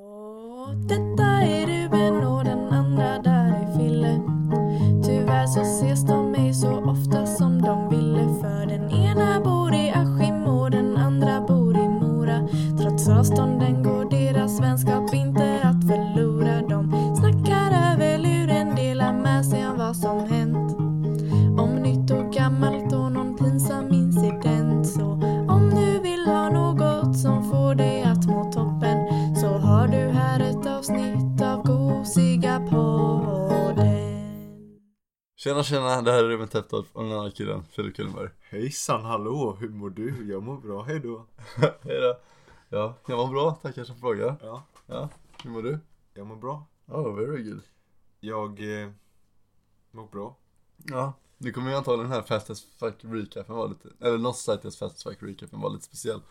Och detta är Ruben och den andra där är Fille. Tyvärr så ses de ej så ofta som de ville. För den ena bor i Askim och den andra bor i Mora. Trots avstånden går deras vänskap inte att förlora. De snackar över luren, delar med sig av vad som hänt. Om nytt och gammalt och någon pinsam incident. Så om du vill ha något som får dig att må toppen så har du här ett avsnitt av Gosiga podden. Tjena tjena, det här är Ruben Täpptorp och den andra killen, Filip Kullenberg Hejsan hallå, hur mår du? Jag mår bra, hejdå. Hejdå Ja, jag mår bra, tackar som frågar Ja, Ja, hur mår du? jag mår bra. Oh, very good Jag eh, mår bra. Ja, nu kommer ju antagligen den här Fastest Fuck Recapen vara lite, eller något sajtens Fastest Fuck Recapen vara lite speciell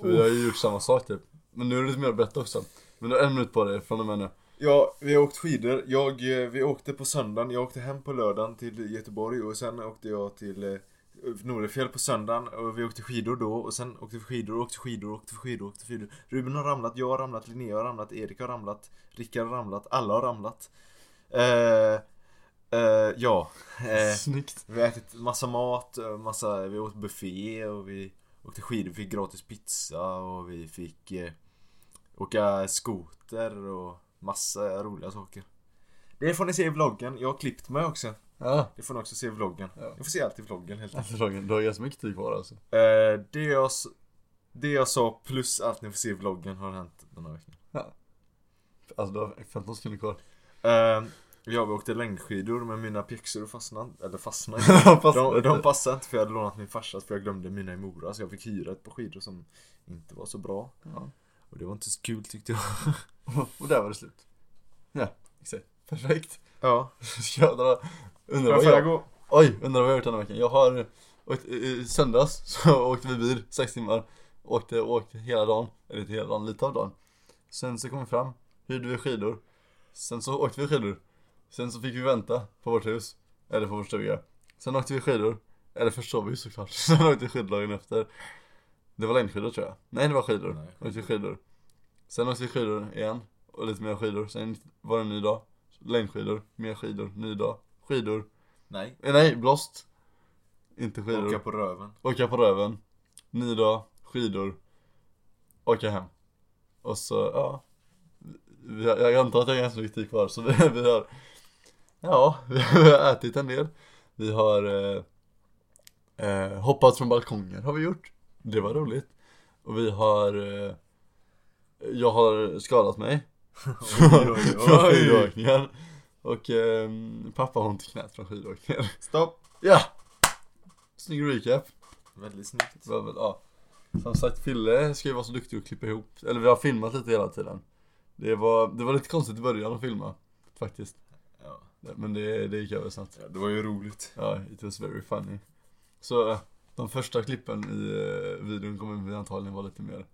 För vi har ju gjort samma sak typ Men nu är det lite mer att berätta också Men du har en minut på dig från och med nu Ja, vi har åkt skidor. Jag, eh, vi åkte på söndagen, jag åkte hem på lördagen till Göteborg och sen åkte jag till eh, Norefjäll på söndagen och vi åkte skidor då och sen åkte vi skidor, åkte skidor, åkte skidor, åkte skidor. Ruben har ramlat, jag har ramlat, Linnea har ramlat, Erik har ramlat, Rickard har ramlat, alla har ramlat. Eh, eh, ja. Eh, Snyggt Vi har ätit massa mat, eh, massa, vi åt buffé och vi åkte skidor, vi fick gratis pizza och vi fick eh, åka skoter och massa roliga saker. Det får ni se i vloggen, jag har klippt mig också. Ja, Det får ni också se i vloggen. Ja. Ni får se allt i vloggen helt enkelt. alltså Roger, du har ganska mycket tid kvar alltså Eh, det, jag, s- det jag sa plus allt ni får se i vloggen har hänt den här veckan. Alltså du har 15 sekunder kvar Eh, jag åkte längdskidor men mina pjäxor fastnade, eller fastnade Fast, De, de passade inte för jag hade lånat min farsas för jag glömde mina i Mora så jag fick hyra ett par skidor som inte var så bra. ja. Och det var inte så kul tyckte jag. Och där var det slut Ja, exakt, perfekt Ja. Ska jag dra? Undrar Men vad får jag jag gå? Oj, undrar vad jag har gjort den här veckan. Jag har åkt, i i söndags så åkte vi bil, sex timmar. Åkte, åkte hela dagen, eller inte hela dagen, lite av dagen. Sen så kom vi fram, hyrde vi skidor. Sen så åkte vi skidor. Sen så fick vi vänta på vårt hus, eller på vår stuga. Sen åkte vi skidor, eller först sov vi ju såklart. Sen åkte vi skidor dagen efter. Det var längdskidor tror jag. Nej det var skidor. Nej, Åkte vi skidor. Sen åkte vi skidor igen, och lite mer skidor. Sen var det en ny dag. Längdskidor, mer skidor, ny dag. Skidor, Nej. Eh, Nej, blåst. Inte skidor. Åka Åka på röven. på, röven. Ny dag, skidor. Åka hem. Och så, ja. Vi har, jag antar att jag har ganska mycket tid kvar så vi, vi har, ja, vi har ätit en del. Vi har eh, eh, hoppat från balkonger har vi gjort. Det var roligt. Och vi har, eh, jag har skadat mig. Oj, oj, Från oj. skidåkningen. Och ehm, pappa har ont i knät från skidåkningen. Stopp. Ja! Snygg recap. Väldigt snyggt. Det var väl, ja. Som sagt, Fille ska ju vara så duktig att klippa ihop. Eller vi har filmat lite hela tiden. Det var, det var lite konstigt i början att filma. Faktiskt. Ja. Men det, det gick över snabbt. ja, det var ju roligt. Ja, it was very funny. Så eh, de första klippen i eh, videon kommer vi antagligen vara lite mer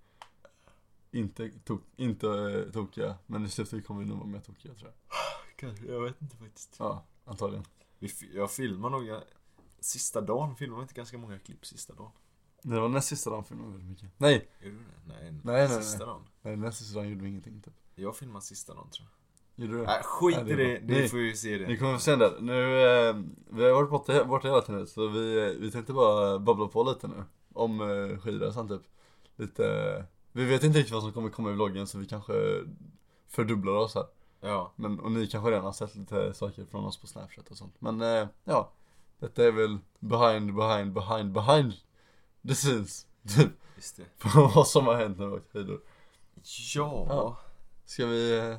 inte, tok, inte eh, tokiga, men i slutet kommer vi nog vara mer tokiga tror jag. Kanske, jag vet inte faktiskt. Ja, antagligen. Vi, fi- jag filmar några, sista dagen filmar vi inte ganska många klipp sista dagen. Det var näst sista dagen filmade vi väldigt mycket. Nej, Gjorde du det? Nej, nej, nej. sista dagen. nej näst sista dagen gjorde vi ingenting typ. Jag filmar sista dagen tror Gjorde du det? jag. Nej, skit Nej, det i är det. bra. Ni Nej. får ju se Ni det. kommer få se det. Nu, eh, vi har varit borta, borta hela tiden så vi, vi tänkte bara babbla på lite nu. Om eh, skidresan typ. Lite, vi vet inte riktigt vad som kommer komma i vloggen så vi kanske fördubblar oss här. Ja. Men, och ni kanske redan har sett lite saker från oss på snapchat och sånt. Men eh, ja, detta är väl behind, behind, behind, behind the scenes. Typ, Just det. på vad som har hänt när vi har åkt skidor. ja. Ja. Ska vi eh,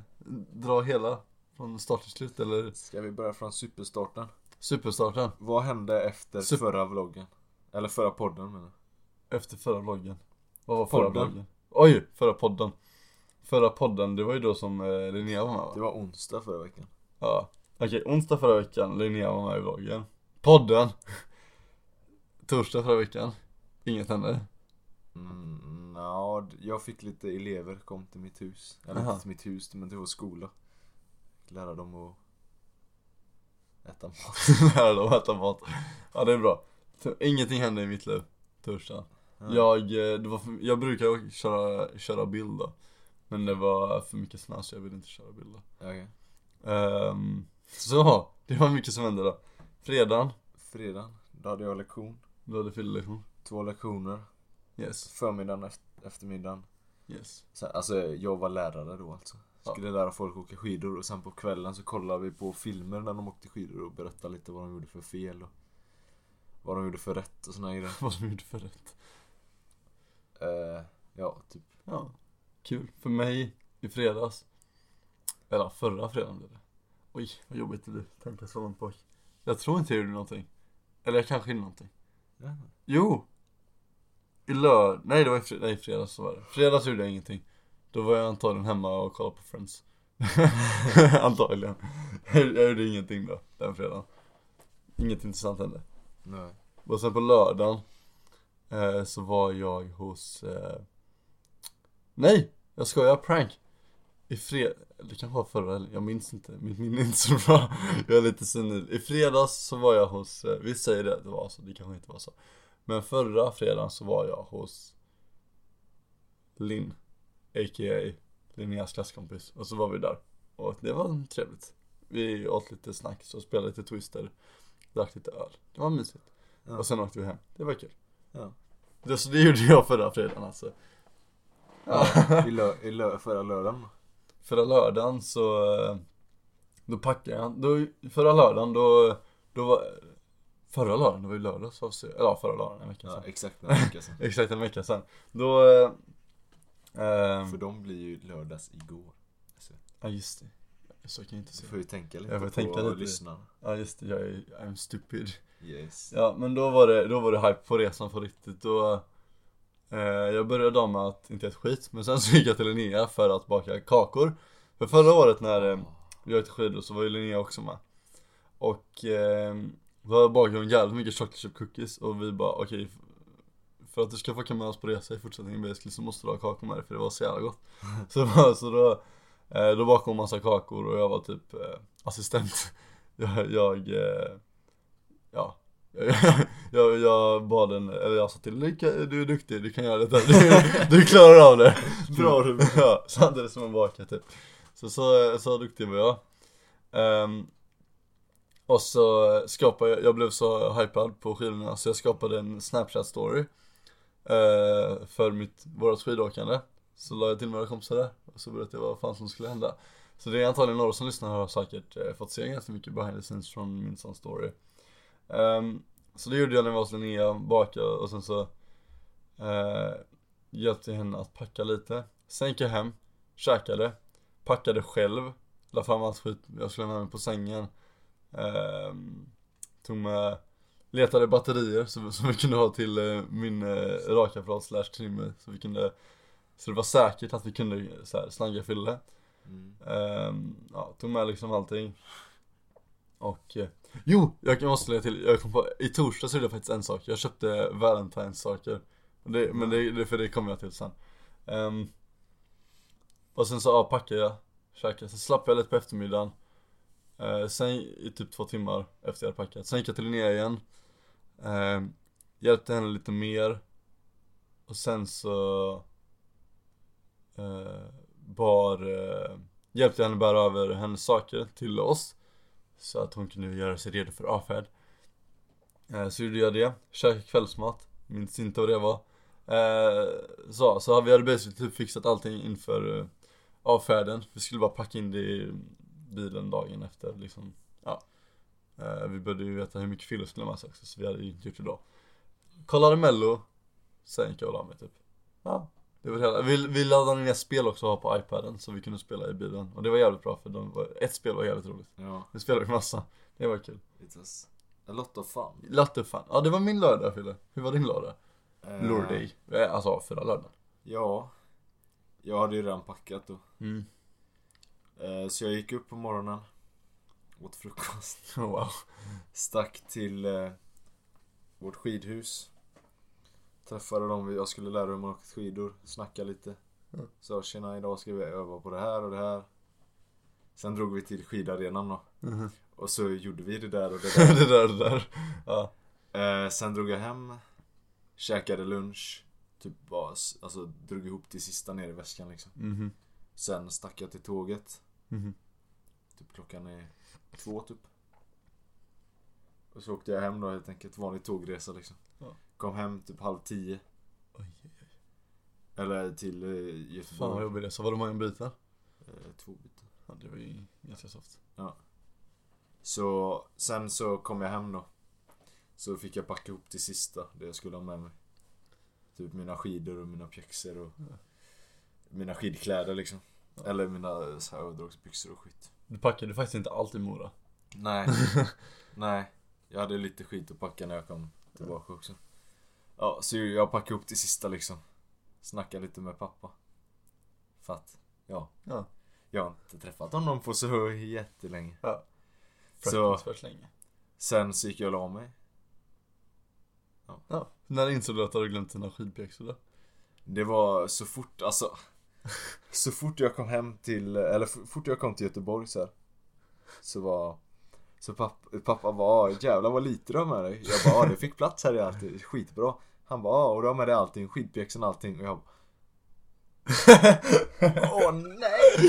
dra hela från start till slut eller Ska vi börja från superstarten? superstarten? Vad hände efter Super- förra vloggen? Eller förra podden menar jag. Efter förra vloggen. Vad var förra Podden. vloggen? Oj, förra podden. Förra podden, det var ju då som eh, Linnea var med Det va? var onsdag förra veckan. Ja. Okej, onsdag förra veckan, Linnea var med i vloggen. Podden! Torsdag förra veckan. Inget hände. Mm, ja, d- jag fick lite elever kom till mitt hus. Eller Aha. inte till mitt hus, men till vår skola. Fick lära dem att äta mat. Lära dem äta mat. Ja, det är bra. T- Ingenting hände i mitt liv. Torsdag. Ja. Jag, eh, det var för, jag brukar ju köra, köra bild då. Men det var för mycket snö så jag ville inte köra bil då. Okej. Ehm, så, det var mycket som hände då. Fredagen, Fredagen, då hade jag lektion. då hade fyllelektion. Två lektioner. Yes, Förmiddagen, efter, eftermiddagen. yes. Sen, alltså jag var lärare då alltså. Skulle lära folk åka skidor och sen på kvällen så kollade vi på filmer när de åkte skidor och berättade lite vad de gjorde för fel och vad de gjorde för rätt och såna grejer. Vad de gjorde för rätt. Eh, ja, typ. Ja, kul. För mig i fredags, eller förra fredagen blev det. Oj, vad jobbigt det blir. Tänka så långt bak. Jag tror inte jag gjorde någonting. Eller jag kanske gjorde någonting. Ja. Jo! I lörd... Nej, det var i fred... Nej, i fredags så var det. Fredags gjorde jag ingenting. Då var jag antagligen hemma och kollade på Friends. antagligen. Jag gjorde ingenting då, den fredagen. Inget intressant hände. Nej. Och sen på lördagen eh, så var jag hos... Eh... Nej! Jag skojar, prank! I fred... Det kanske var förra helgen, jag minns inte. Mitt minne är inte så bra. Jag är lite senil. I fredags så var jag hos... Eh... Vi säger det, att det var så, det kanske inte var så. Men förra fredagen så var jag hos Linn, a.k.a. Linneas klasskompis. Och så var vi där. Och det var trevligt. Vi åt lite snacks och spelade lite twister. Drack lite öl. Det var mysigt. Ja. Och sen åkte vi hem. Det var kul. Ja. Det, så det gjorde jag förra fredagen alltså. Ja, i lö- i lö- förra lördagen. Förra lördagen så eh, Då packade jag, då, förra lördagen då, då var Förra lördagen, det var ju lördags avsnitt, eller ja, förra lördagen en vecka Ja, sedan exakt när vecka sedan. Exakt en vecka sedan Då eh, ehm, För de blir ju lördags igår. Alltså, Ja just det Så kan jag inte så säga får vi tänka lite Jag får på tänka lite. lyssnarna. Ja just det, jag är, I'm stupid Yes. Ja men då var det, då var det hype på resan på riktigt då eh, Jag började då med att inte äta skit men sen så gick jag till Linnea för att baka kakor För förra året när eh, vi åkte skidor så var ju Linnea också med Och eh, då bakade hon jävligt mycket chocolate chip cookies och vi bara okej För att du ska få med oss på resa i fortsättningen basically så måste du ha kakor med dig för det var så jävla gott Så, bara- så då, eh, då bakade hon massa kakor och jag var typ eh, assistent Jag, jag eh, ja jag, jag, jag bad en, eller jag sa till dig, du, du är duktig, du kan göra detta, du, du klarar av det Bra, Ruben. Ja, så hade det som en baka typ Så så, så duktig var jag Ehm, Och så skapade jag, jag blev så hypad på skidorna så jag skapade en snapchat story eh, För mitt, vårat skidåkande Så la jag till några kompisar där och så berättade jag vad fan som skulle hända Så det är antagligen några som lyssnar har säkert eh, fått se ganska mycket behind the scenes från min sån story Ehm, så det gjorde jag när jag var hos Linnea, bakade och sen så eh, Hjälpte jag henne att packa lite Sen gick jag hem, käkade, packade själv La fram allt skit jag skulle lämna med på sängen Ehm, Tog med Letade batterier som, som vi kunde ha till eh, min eh, rakapparat slash trimmer så vi kunde Så det var säkert att vi kunde så här, slanga fylle Mm. Ehm, ja, tog med liksom allting. Och, eh, jo! Jag måste lägga till, jag kom på, i torsdags gjorde jag faktiskt en sak. Jag köpte Valentine's saker. Det, men det, det, för det kommer jag till sen. Ehm, och sen så ja, packade jag, käkade, sen slapp jag lite på eftermiddagen. Eh, sen i typ två timmar efter jag hade packat. Sen gick jag till Linnea igen. Ehm, hjälpte henne lite mer. Och sen så eh, bar eh, hjälpte henne bära över hennes saker till oss Så att hon kunde göra sig redo för avfärd eh, Så gjorde jag det, käkade kvällsmat, minns inte vad det var eh, Så, så vi hade basically typ fixat allting inför eh, avfärden Vi skulle bara packa in det i bilen dagen efter liksom, ja eh, Vi började ju veta hur mycket fyllor skulle ha med sig också, så vi hade ju inte gjort det då Kollade mello, sen gick jag och la mig typ Ja, det var det hela. Vi, vi laddade ner spel också och ha på iPaden så vi kunde spela i bilen. Och det var jävligt bra för de var, ett spel var jävligt roligt. Ja, Vi spelade massa. Det var kul. it's a lot of fun. Latte fan. Ja det var min lördag Fille. Hur var din lördag? Eh, Lorday. Eh, Alltså förra lördagen. Ja. Jag hade ju redan packat då. Mm. Eh, Så jag gick upp på morgonen. Åt frukost. Wow. Stack till eh, vårt skidhus. Träffade dem, vi- jag skulle lära dem att åka skidor, snacka lite. Mm. Så tjena, idag ska vi öva på det här och det här. Sen drog vi till skidarenan då. Mhm. Och så gjorde vi det där och det där. det där, det där. Ja. Eh, sen drog jag hem, käkade lunch. Typ bara, s- alltså drog ihop till sista ner i väskan liksom. Mhm. Sen stack jag till tåget. Mhm. Typ klockan är två typ. Och så åkte jag hem då helt enkelt. Vanlig tågresa liksom. Ja. Kom hem typ halv tio. Oj, Eller till eh, Fan vad Göteborg. jobbigt det Så var det många bitar? Eh, två bitar. Ja, det var ju ganska soft. Så sen så kom jag hem då. Så fick jag packa ihop det sista, det jag skulle ha med mig. Typ mina skidor och mina pjäxor och Ja. mina skidkläder liksom. Ja. Eller mina eh, så här, överdragsbyxor och skit. Du packade faktiskt inte allt i Mora. Nej, nej. Jag hade lite skit att packa när jag kom tillbaka också. Ja, så jag packade ihop det sista liksom. Snackade lite med pappa. För att, ja. Ja. Jag har inte träffat honom på så jättelänge. Ja. Så- Fruktansvärt länge. Sen så gick jag och la mig. Ja. När insåg du att du hade glömt dina skidpjäxor då? Det var så fort, alltså Så fort jag kom hem till, eller f- fort jag kom till Göteborg så här, Så var Så pappa, pappa var jävlar vad lite du har med dig Jag bara "Ja, det fick plats här i allt, skitbra Han bara "Ja, och du har med dig allting, skidpjäxorna och allting och jag bara, Åh nej!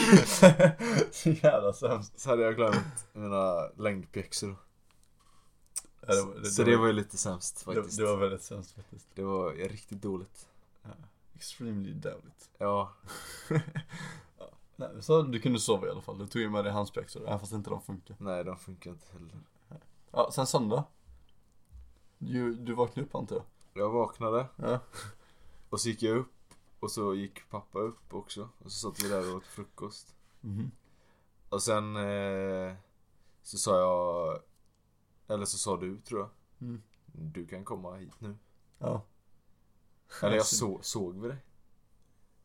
Så jävla sämst. Så hade jag glömt mina längdpjäxor Ja, det var, det, Så det var ju lite sämst det, faktiskt det var väldigt sämst faktiskt. det var riktigt dåligt Extremely dåligt. Ja, Nej, men så du kunde sova i alla fall. Du tog ju med dig handspjäxor, även fast inte de funkar. nej de funkar inte heller Ja, sen söndag. Du, du vaknade upp antar jag? Jag vaknade Ja. Och så gick jag upp och så gick pappa upp också och så satt vi där och åt frukost. Mhm. Och sen eh, så sa jag, eller så sa du tror jag. Mm. Du kan komma hit nu. Ja. Eller jag Alltså- så, såg vi dig.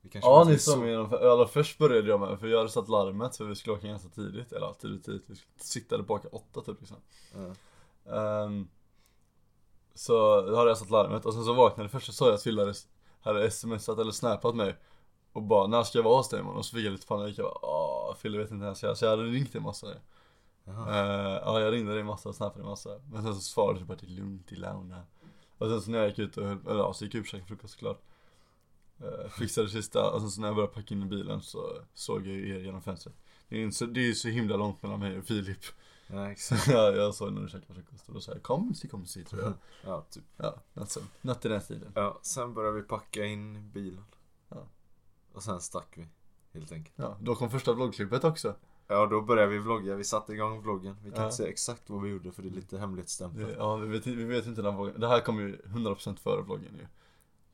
Vi kanske Ja inte ni som såg- genom, eller först började jag med för jag hade satt larmet för vi skulle åka ganska tidigt, eller ja, tidigt tidigt, vi skulle sitta där bak i åtta typ liksom. Ja. Ehm, så då hade jag satt larmet och sen så vaknade jag, först så såg jag att Fille hade- hade smsat eller snappat mig och bara när ska jag vara hos dig imorgon? Och så fick jag lite panik, jag bara åh Fille vet inte ens jag, så jag hade ringt dig massa. Uh, Jaha. ja jag ringde dig massa och snappade dig massa. Men sen så svarade du typ bara till lugnt, i launa. Och sen så när jag gick ut och höll, eller ja, så gick jag upp och käkade frukost såklart. Uh, fixade det sista och sen så när jag började packa in i bilen så såg jag ju er genom fönstret. Det är ju inte så- det är ju så himla långt mellan mig och Filip. Nej, Så exakt. jag, jag såg när du käkade frukost och då sa jag komsi komsi tror jag. Ja, typ. Ja, något sånt. Något i den stilen. Ja, sen började vi packa in bilen. Ja. Och sen stack vi. Helt enkelt. Ja, då kom första vloggklippet också. Ja, då började vi vlogga. Vi satte igång vloggen. Vi kan Ja. inte säga exakt vad vi gjorde för det är lite Det, hemlighetsstämplat. ja, vi vet, vi vet inte när vloggen, det här kom ju 100% före vloggen ju.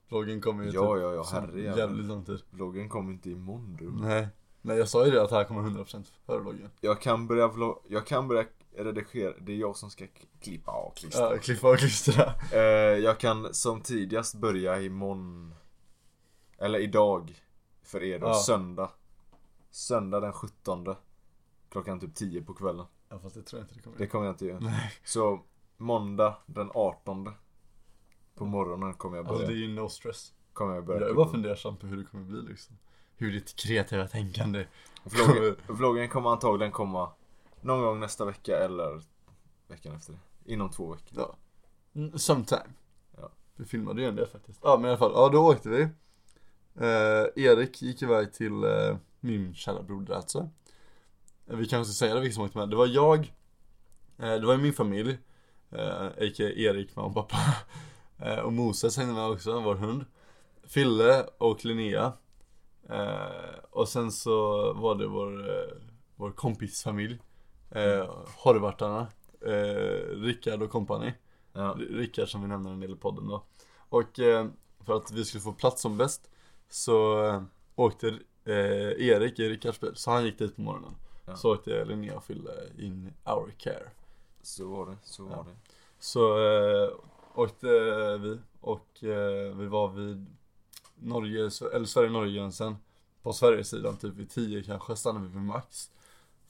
Vloggen kom ju typ Ja, ja, ja, som herrejävlar. jävligt lång tid. Vloggen kom inte imorgon du. Nej. Nej, jag sa ju det att det här kommer 100% före vloggen. Jag kan börja vlog- jag kan börja redigera, det är jag som ska k- klippa och klistra. Ja, klippa och klistra. Eh, jag kan som tidigast börja imorgon. Eller idag. För er då, Ja. söndag. Söndag den 17. Klockan typ 10 på kvällen. Ja, fast det tror jag inte det kommer Det kommer jag inte göra. Nej. Så måndag den 18. På morgonen kommer jag Alltså det är börja. ju no stress. Kommer jag Jag börja är bara klippa. fundersam på hur det kommer bli liksom. Hur ditt kreativa tänkande. Vloggen, vloggen kommer antagligen komma någon gång nästa vecka eller veckan efter det. Inom två veckor. Ja. Mm, Sometime. Ja. Vi filmade ju en del faktiskt. Ja men i alla fall, ja då åkte vi. Eh, Erik gick iväg till eh, min kära broder alltså. Eh, Vi kanske ska säga det vilka som åkte med. Det var jag, eh, det var min familj, eh, a.k.a. Erik, mamma och pappa. Eh, och Moses hängde med också, vår hund. Fille och Linnea. Eh, och sen så var det vår, eh, vår kompisfamilj. Eh, Horvartarna, eh, Rickard och kompani. Ja. Rickard som vi nämner en del i podden då. Och eh, för att vi skulle få plats som bäst så eh, åkte eh, Erik i Rickards bil, så han gick dit på morgonen. Ja. Så åkte Linnea och fyllde in our care. Så var det, så var Ja. det. Så eh, åkte vi och eh, vi var vid Norge, eller Sverige-Norge-gränsen. På Sverigesidan typ vid 10 kanske stannade vi vid Max.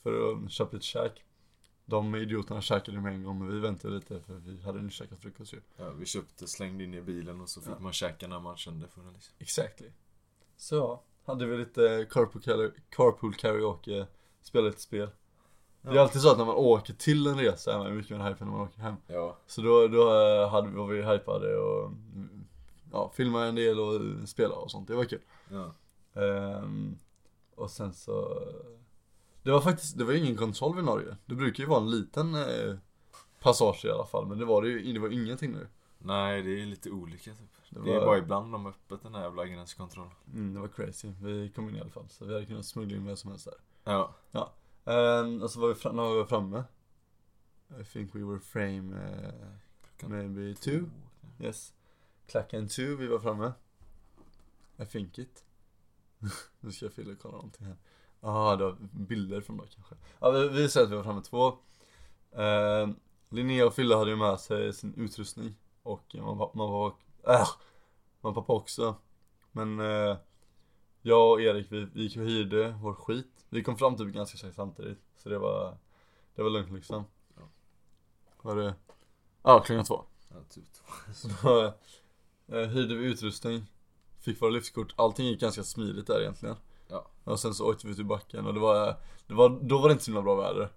För att köpa lite käk. De idioterna käkade med en gång men vi väntade lite för vi hade nyss käkat frukost ju. Ja, vi köpte, slängde in i bilen och så fick Ja. man käka när man kände för det liksom. Exactly. Så ja, hade vi lite carpool, karaoke- carpool karaoke, spelade lite spel. Det är alltid så att när man åker till en resa är man mycket mer hype än när man åker hem. Ja, Så då, då eh, hade vi, var vi hypade och mm, ja, filmade en del och eh, spelade och sånt. Det var kul. ja. Ehm, Och sen så Det var faktiskt, det var ju ingen kontroll vid Norge Det brukar ju vara en liten eh, Passage i alla fall men det var det ju, det var ingenting nu Nej, det är lite olika typ. Det Det är var, bara ibland de har öppet den här jävla gränskontrollen. mm, det var crazy, vi kom in i alla fall så vi hade kunnat smuggla in vem som helst där Ja. Ehm, och så var vi, fram, när var vi framme I think we were frame eh, maybe two Yes. Klacken 2, vi var framme. I think it. nu ska jag fylla och kolla någonting här. Ah, det var bilder från då kanske. Ja, vi, vi säger att vi var framme två. Eh, Linnea och Fille hade ju med sig sin utrustning. Och man, man, man var... Äh, man pappa också. Men eh, jag och Erik vi, vi gick och hyrde vår skit. Vi kom fram typ ganska säkert samtidigt. Så det var, det var lugnt liksom. Ja. Var det... Ja, klockan två. Ja, typ två. Så då eh, hyrde vi utrustning, fick våra livskort, allting gick ganska smidigt där egentligen. Ja. Och sen så åkte vi till backen och det var, det var då var det inte så himla bra väder.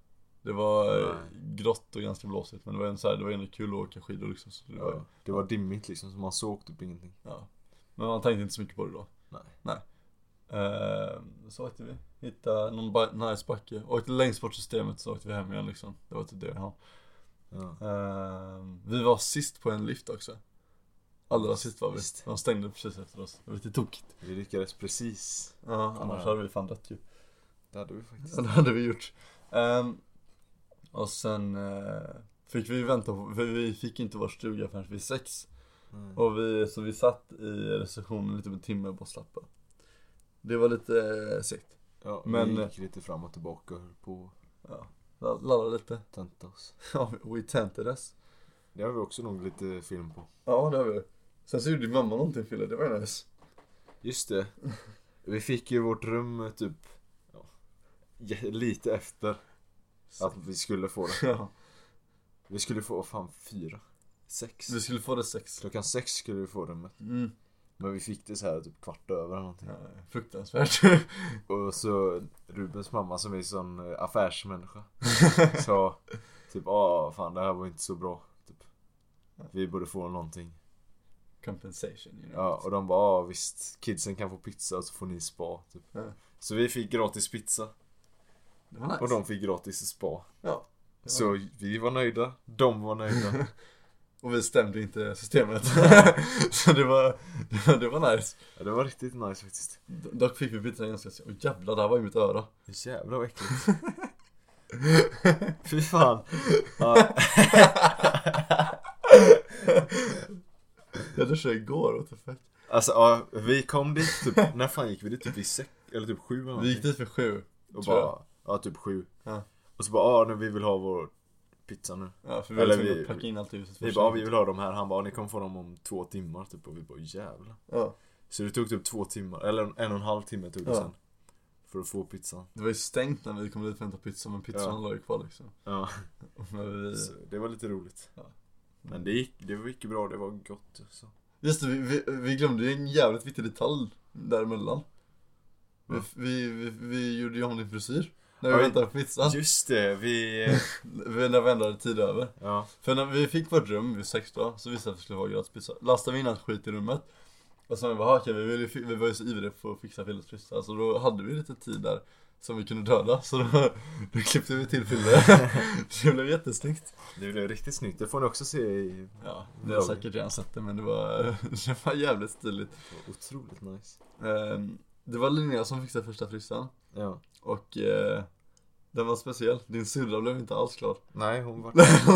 Det var eh, grått och ganska blåsigt men det var ändå så här, det var ändå kul att åka skidor liksom. Så det var, Ja. Det var dimmigt liksom, så man såg typ ingenting. ja. Men man tänkte inte så mycket på det då. Nej. Eh, så åkte vi, hittade någon ba- nice backe, åkte längst bort systemet så åkte vi hem igen liksom. Det var typ det vi hann. Ja. Ehm, vi var sist på en lift också. Allra sist var vi. Visst. De stängde precis efter oss. Det var lite tokigt. Vi lyckades precis. Ja, annars Ja. hade vi fan dött ju. Det hade vi faktiskt. Ja, det hade vi gjort. Ehm, och sen eh, fick vi vänta på, för vi fick inte vår stuga förrän vid sex. Mm. Och vi, så vi satt i receptionen lite på en timme och bara slappa. Det var lite eh, segt. Ja, Men- vi gick lite fram och tillbaka och höll på Ja, lallade lite. att tenta oss. Ja, we tentades. Det har vi också nog lite film på. Ja, det har vi. Sen så gjorde din mamma någonting Fille, det var ju nice. Just det. Vi fick ju vårt rum eh, typ ja, j- lite efter att vi skulle få det. Ja, Vi skulle få, vad fan, fyra? Sex? vi skulle få det sex. Klockan sex skulle vi få rummet. Mm. Men vi fick det så här typ kvart över eller någonting. Nej, Fruktansvärt. Och så Rubens mamma som är sån eh, affärsmänniska sa typ ja fan det här var inte så bra. Typ. Vi borde få någonting. Compensation, you know. Ja, och de bara ja visst kidsen kan få pizza så får ni spa. Typ. Ja. Så vi fick gratis pizza Det var nice. och de fick gratis spa. Ja. Så vi var nöjda, de var nöjda. Och vi stämde inte systemet. så det var, det var, det var nice. Ja, det var riktigt nice faktiskt. Do- Dock fick vi byta ganska sent. Åh jävlar, det här var i mitt öra. Jävlar vad äckligt. Fy fan. Ja, Jag duschade igår, what the fuck. alltså ja, vi kom dit typ, när fan gick vi dit? Typ vid sex, eller typ sju eller Vi någonting. gick dit för sju. Och tror bara, ja typ sju. Ja. Och så bara, ja nu vi vill ha vår pizza nu. Ja, för vi var Eller tvungna vi- att packa in allt i huset Vi först. bara, ja, vi vill ha de här. Han bara, ni kommer få dem om två timmar typ. Och vi bara, jävlar. Ja. Så det tog typ två timmar, eller en, en och en halv timme tog det Ja. sen. För att få pizzan. Det var ju stängt när vi kom dit för att hämta pizza, men pizzan Ja. låg ju kvar liksom. Ja, Men vi... så Eh, det var lite roligt. Ja. Men det gick, det gick bra, det var gott. Så. Just det, vi, vi, vi glömde ju en jävligt viktig detalj däremellan. Vi, Ja. vi, vi, vi gjorde ju om din frisyr. När Ja, vi vi- väntade på pizzan. Just det, vi... Vi- När vi ändrade tid över. Ja, För när vi fick vårt rum vid sex då, så visste jag att vi skulle ha gratis pizza. Lastade vi in allt skit i rummet. Och sen bara, "Ah, okej, vi, ville, fi- vi var ju så ivriga på att fixa Filles pizza, så då hade vi lite tid där. Som vi kunde döda, så då, då klippte vi till Fille. det blev jättesnyggt. det blev riktigt snyggt. Det får ni också se i... Ja, ni har säkert redan sett det, men det var, det var jävligt stiligt. Otroligt nice. Ehm, Det var Linnea som fixade första frissan. Ja. Och eh, den var speciell. Din syrra blev inte alls glad. Nej, hon vart,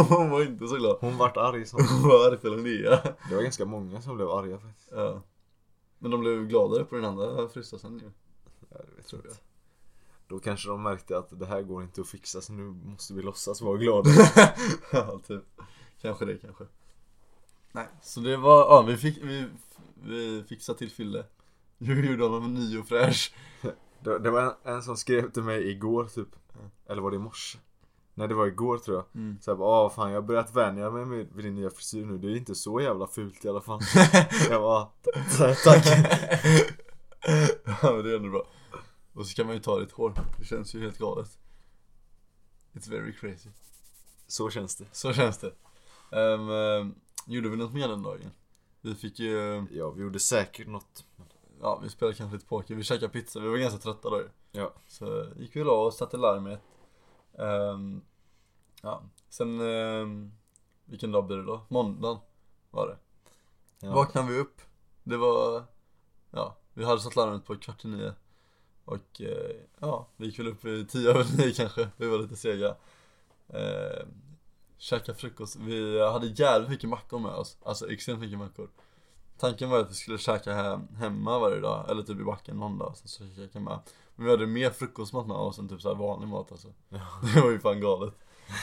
Hon var inte så glad. hon vart arg. Som, Hon var arg för Linnea. det var ganska många som blev arga faktiskt. Ja. Men de blev gladare på den andra fristasen ju. Ja, det vet Tror jag. jag. inte. Då kanske de märkte att det här går inte att fixa så nu måste vi låtsas vara glada. ja, typ. Kanske det, kanske. Nej. Så det var, ja vi fick, vi, vi fixade till Fille. Vi gjorde honom ny och fräsch. Det, det var en, en som skrev till mig igår typ. Eller var det i morse? Nej det var igår tror jag. Mm. Så jag bara, ah fan jag har börjat vänja mig med, vid din nya frisyr nu. Det är inte så jävla fult i alla fall. jag bara, "Ah, ta- ta- tack. ja, men det är ändå bra. Och så kan man ju ta ditt hår. Det känns ju helt galet. It's very crazy. Så känns det. Så känns det. Ehm, ehm, gjorde vi något mer den dagen? Vi fick ju... Ja vi gjorde säkert något. ja, vi spelade kanske lite poker, vi käkade pizza, vi var ganska trötta då ju. Ja. Så gick vi och la oss, satte larmet. Ehm, ja. Sen, ehm, vilken dag blir det då? Måndagen var det. Ja. Vaknade vi upp. Det var, ja, vi hade satt larmet på kvart i nio. Och eh, ja, vi gick väl upp vid tio över nio kanske, vi var lite sega. Eh, käkade frukost, vi hade jävligt mycket mackor med oss, alltså extremt mycket mackor. Tanken var att vi skulle käka hem, hemma varje dag, eller typ i backen någon dag, sen så käkade vi hemma. Men vi hade mer frukostmat med oss än typ så här vanlig mat alltså. Det var ju fan galet.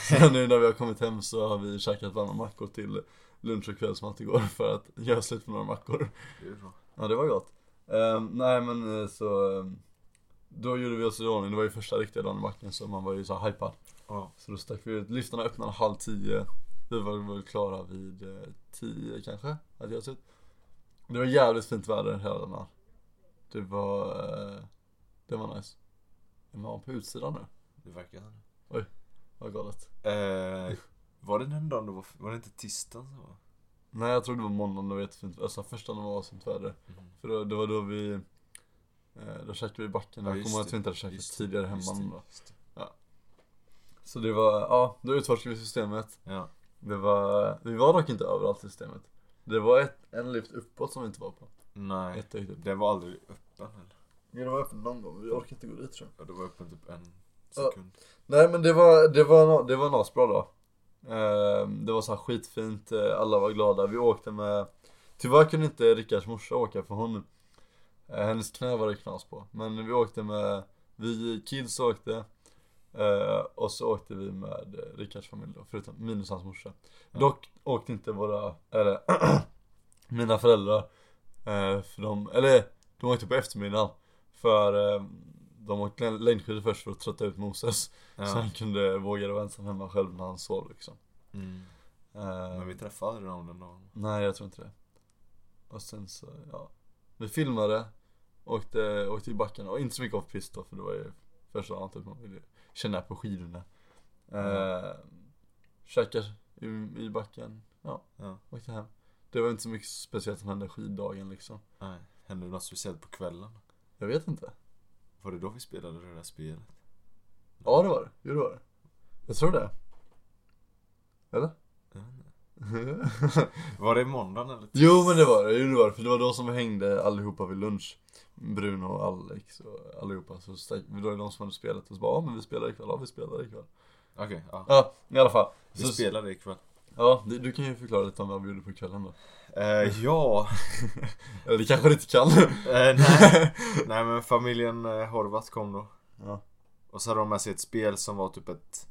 Så nu när vi har kommit hem så har vi käkat varma mackor till lunch och kvällsmat igår för att göra slut på några mackor. Det är ju bra. Ja det var gott. Ehm, nej men eh, så ehm, då gjorde vi oss i ordning, det var ju första riktiga dagen i backen så man var ju så här hypad. Ja. Så då stack vi ut, lyftarna öppnade halv tio. Vi var väl klara vid eh, tio kanske, hade jag sett. Det var jävligt fint väder hela den här. Det var, eh, det var nice. Är man på utsidan nu? Det verkar så. Vad galet. Eh, var det den dagen du var... Var det inte tisdagen som var? Nej jag tror det var måndagen det var jättefint, alltså första dagen var fint väder. Mm. För då, det var då vi, eh, då käkade vi i backen. Ja, Jag just kommer ihåg att vi det. inte hade käkat Just det, tidigare just hemma. det, någon dag. just det. Så det var, ja, då utforskade vi systemet. Ja. Det var, vi var dock inte överallt i systemet. Det var ett, en lift uppåt som vi inte var på. Nej. Ett högt upp. Den var aldrig öppen eller? Ja, det var öppen någon gång, vi orkade inte gå dit tror jag. Ja, det var öppen typ en sekund. Nej men det var, det var, nå- det var en asbra dag. Ehm, det var så här skitfint, eh, alla var glada. Vi åkte med, tyvärr kunde inte Rickards morsa åka för hon, eh, hennes knä var det knas på. Men vi åkte med, vi kids åkte. eh, och så åkte vi med eh, Rickards familj då, förutom minus hans morsa. Ja. Dock åkte inte våra, eller mina föräldrar. Eh, för de, eller de åkte på eftermiddagen. För eh, de åkte läng- längdskidor först för att trötta ut Moses. Så Ja. han kunde våga vara ensam hemma själv när han sov liksom. Mm. Eh, Men vi träffade aldrig någon den dagen. Nej jag tror inte det. Och sen så, ja. Vi filmade. Åkte, åkte i backen och inte så mycket off-pist då för det var ju första dagen typ man ville känna på skidorna. Eh, käkar i, i backen. Ja, Ja. åkte hem. Det var inte så mycket speciellt som hände skiddagen liksom. Nej. Hände det något speciellt på kvällen? Jag vet inte. Var det då vi spelade det där spelet? Ja det var det. Jo det var det. Jag tror det. Eller? Jag vet inte. Var det måndagen eller? jo men det var det. Jo det var det. För det var då som vi hängde allihopa vid lunch. Bruno och Alex och allihopa. Så stack, det var ju de som hade spelat och så bara ja men vi spelar ikväll. Ja vi spelar ikväll. Okej, ja. Ja i alla fall. Vi Så- spelade ikväll. Ja du, du kan ju förklara lite om vad vi gjorde på kvällen då. Eh, ja. Eller det kanske du inte kan. Eh, nej. nej men familjen eh, Horvath kom då. Ja. Och så hade de med sig ett spel som var typ ett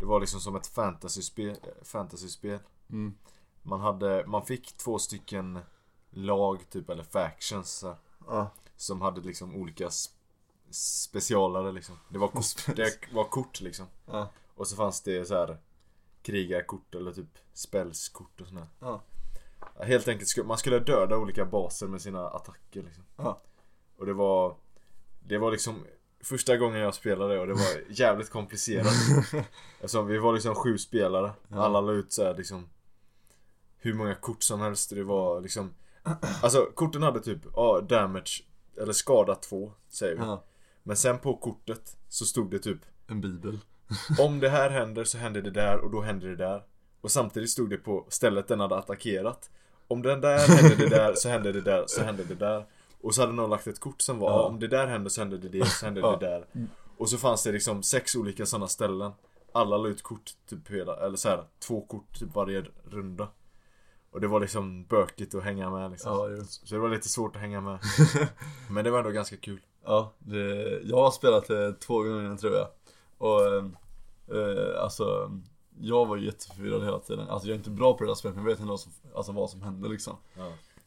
Det var liksom som ett fantasyspel, eh, fantasyspel. Mm. Man hade, man fick två stycken lag typ eller factions så här, Ja. Som hade liksom olika sp- specialare liksom Det var kort, det var kort liksom Ja. Och så fanns det så här krigarkort eller typ spelskort och sånt Ja. där. Helt enkelt, skulle- man skulle döda olika baser med sina attacker liksom. Ja. Och det var Det var liksom Första gången jag spelade och det var jävligt komplicerat Alltså vi var liksom sju spelare Alla la ut såhär liksom Hur många kort som helst och det var liksom Alltså korten hade typ, ja damage Eller skada två säger vi ja. Men sen på kortet så stod det typ En bibel. om det här händer så händer det där och då händer det där. Och samtidigt stod det på stället den hade attackerat. Om den där hände det där så hände det där så hände det där. Och så hade någon lagt ett kort som var Ja. om det där hände så hände det det så hände Ja. det där. Och så fanns det liksom sex olika sådana ställen. Alla la ut kort typ hela, eller så här, två kort typ varje runda. Och det var liksom bökigt att hänga med liksom. Ja, jo. Så det var lite svårt att hänga med. Men det var ändå ganska kul. Ja, det, jag har spelat det två gånger tror jag. Och eh, eh, alltså, jag var ju jätteförvirrad hela tiden. Alltså jag är inte bra på det där spelet, men jag vet inte vad som, alltså, vad som hände liksom.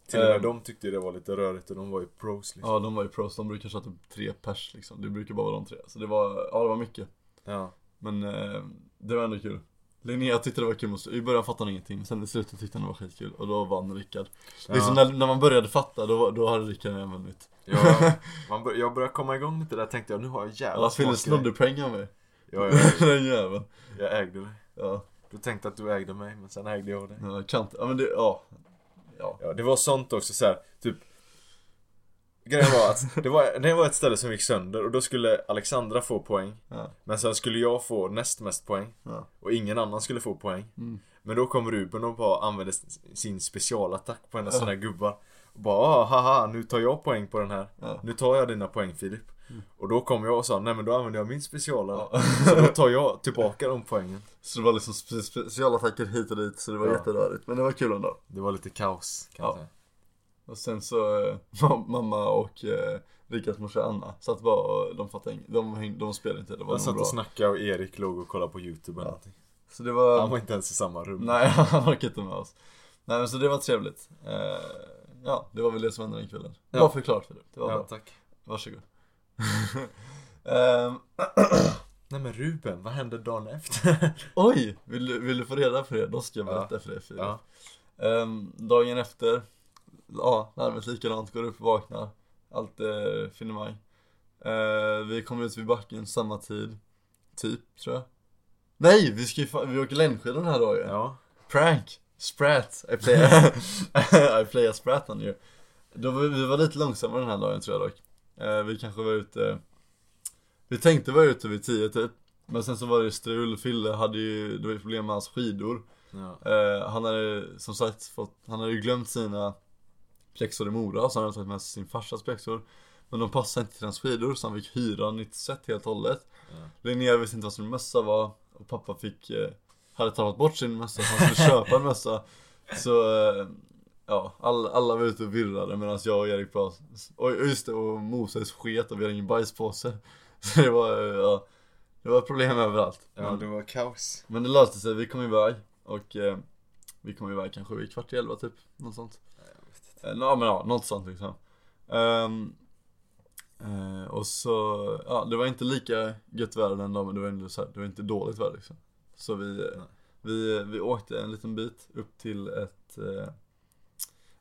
Till och med Ehm. de tyckte det var lite rörigt och de var ju pros liksom. Ja, de var ju pros. De brukar köra typ tre pers liksom. Det brukar bara vara de tre. Så det var, ja det var mycket. Ja. Men eh, det var ändå kul. Linnea tyckte det var kul, måste- i början fattade hon ingenting, men sen i slutet tyckte hon det var skitkul och då vann Rickard. Liksom när, när man började fatta, då, då hade Rickard redan vunnit. Jag, man bör, jag började komma igång lite där tänkte jag, nu har jag jävla Alla Fille smart snodde grej. pengar av mig. Ja, jag, Den jäveln. jag ägde dig. Ja, Du tänkte att du ägde mig, men sen ägde jag dig. ja, kant, ja men det, ja. Ja. Ja, det var sånt också så här, typ Grejen var att det var, det var ett ställe som gick sönder och då skulle Alexandra få poäng. Ja. Men sen skulle jag få näst mest poäng. Ja. Mm. Och ingen annan skulle få poäng. Men då kom Ruben och bara använde s- sin specialattack på en av sina gubbar. Och bara "Ah, haha, nu tar jag poäng på den här. Ja. Mm. Nu tar jag dina poäng Filip. Och då kom jag och sa, nej men då använder jag min specialare. Så då tar jag tillbaka de poängen. Så det var liksom spe- specialattacker hit och dit så det var Ja. jätterörigt. Men det var kul ändå. Det var lite kaos kan jag Ja. säga. Och sen så, eh, ma- mamma och eh, Rickards morsa Anna satt bara och de fattade inget. De, hängde- de spelade inte, det var Jag nog satt bra. och snackade och Erik låg och kollade på YouTube eller någonting. Så det var... Han var inte ens i samma rum. Nej, han orkade inte med oss. Nej men så det var trevligt. Eh, ja, det var väl det som hände den kvällen. Ja. Bra förklarat Filip. Det var Ja, bra. tack. Varsågod. Ehm, Nej men Ruben, vad hände dagen efter? oj! Vill du, vill du få reda på det? Då ska jag Ja. berätta för dig Filip. ja. Ehm, dagen efter, ja, närmast likadant, går upp och vaknar. Allt eh, finemang. Eh, vi kommer ut vid backen samma tid, typ, tror jag. Nej! Vi, ska ju fa- vi åker längdskidor den här dagen. ja. Prank! Sprat! I play a, I play a sprat on you. Då var, vi- vi var lite långsammare den här dagen tror jag dock. Eh, vi kanske var ute, vi tänkte vara ute vid 10 typ. Men sen så var det strul, Fille hade ju, det var ju problem med hans skidor. ja. Eh, han hade som sagt fått, han hade ju glömt sina pjäxor i Mora så han hade tagit med sig sin farsas pjäxor. Men de passade inte till hans skidor så han fick hyra nytt set helt och hållet. Ja. Linnea visste inte vad sin mössa var och pappa fick, eh, hade tappat bort sin mössa så han skulle köpa en mössa. Så eh, ja, all, alla var ute och virrade medan jag och Erik bara, och och just det, och Moses sket och vi hade ingen bajspåse. Så det var, eh, ja, det var problem överallt. ja, det var kaos. Men det löste sig, vi kom iväg och eh, vi kom iväg kanske vid kvart i elva typ, något sånt. Eh, nå- men ja, något sånt liksom. Ehm, eh, och så, ja det var inte lika gött väder den dagen men det var ändå så här, det var inte dåligt väder liksom. Så vi, eh, Nej. vi, vi åkte en liten bit upp till ett, eh,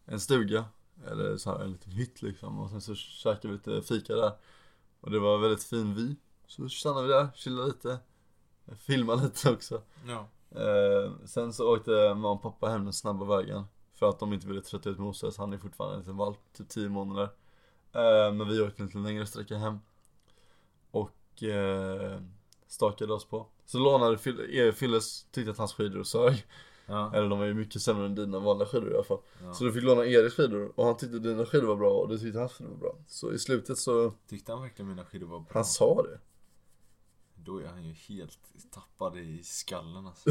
en stuga, eller så här en liten hytt liksom och sen så käkade vi lite fika där. Och det var väldigt fin vy. Så stannade vi där, chillade lite, filmade lite också. Ja. Eh, sen så åkte mamma och pappa hem den snabba vägen. För att de inte ville trötta ut Moses, han är fortfarande en liten valp, typ 10 månader. Eh, men vi åkte en lite längre sträcka hem. Och eh, stakade oss på. Så lånade Fille, eh, Filles tyckte att hans skidor sög. Ja. Eller de var ju mycket sämre än dina vanliga skidor i alla fall. Ja. Så du fick låna Eriks skidor och han tyckte dina skidor var bra och du tyckte hans skidor var bra. Så i slutet så, Tyckte han verkligen mina skidor var bra? han sa det. Då är han ju helt tappad i skallen alltså.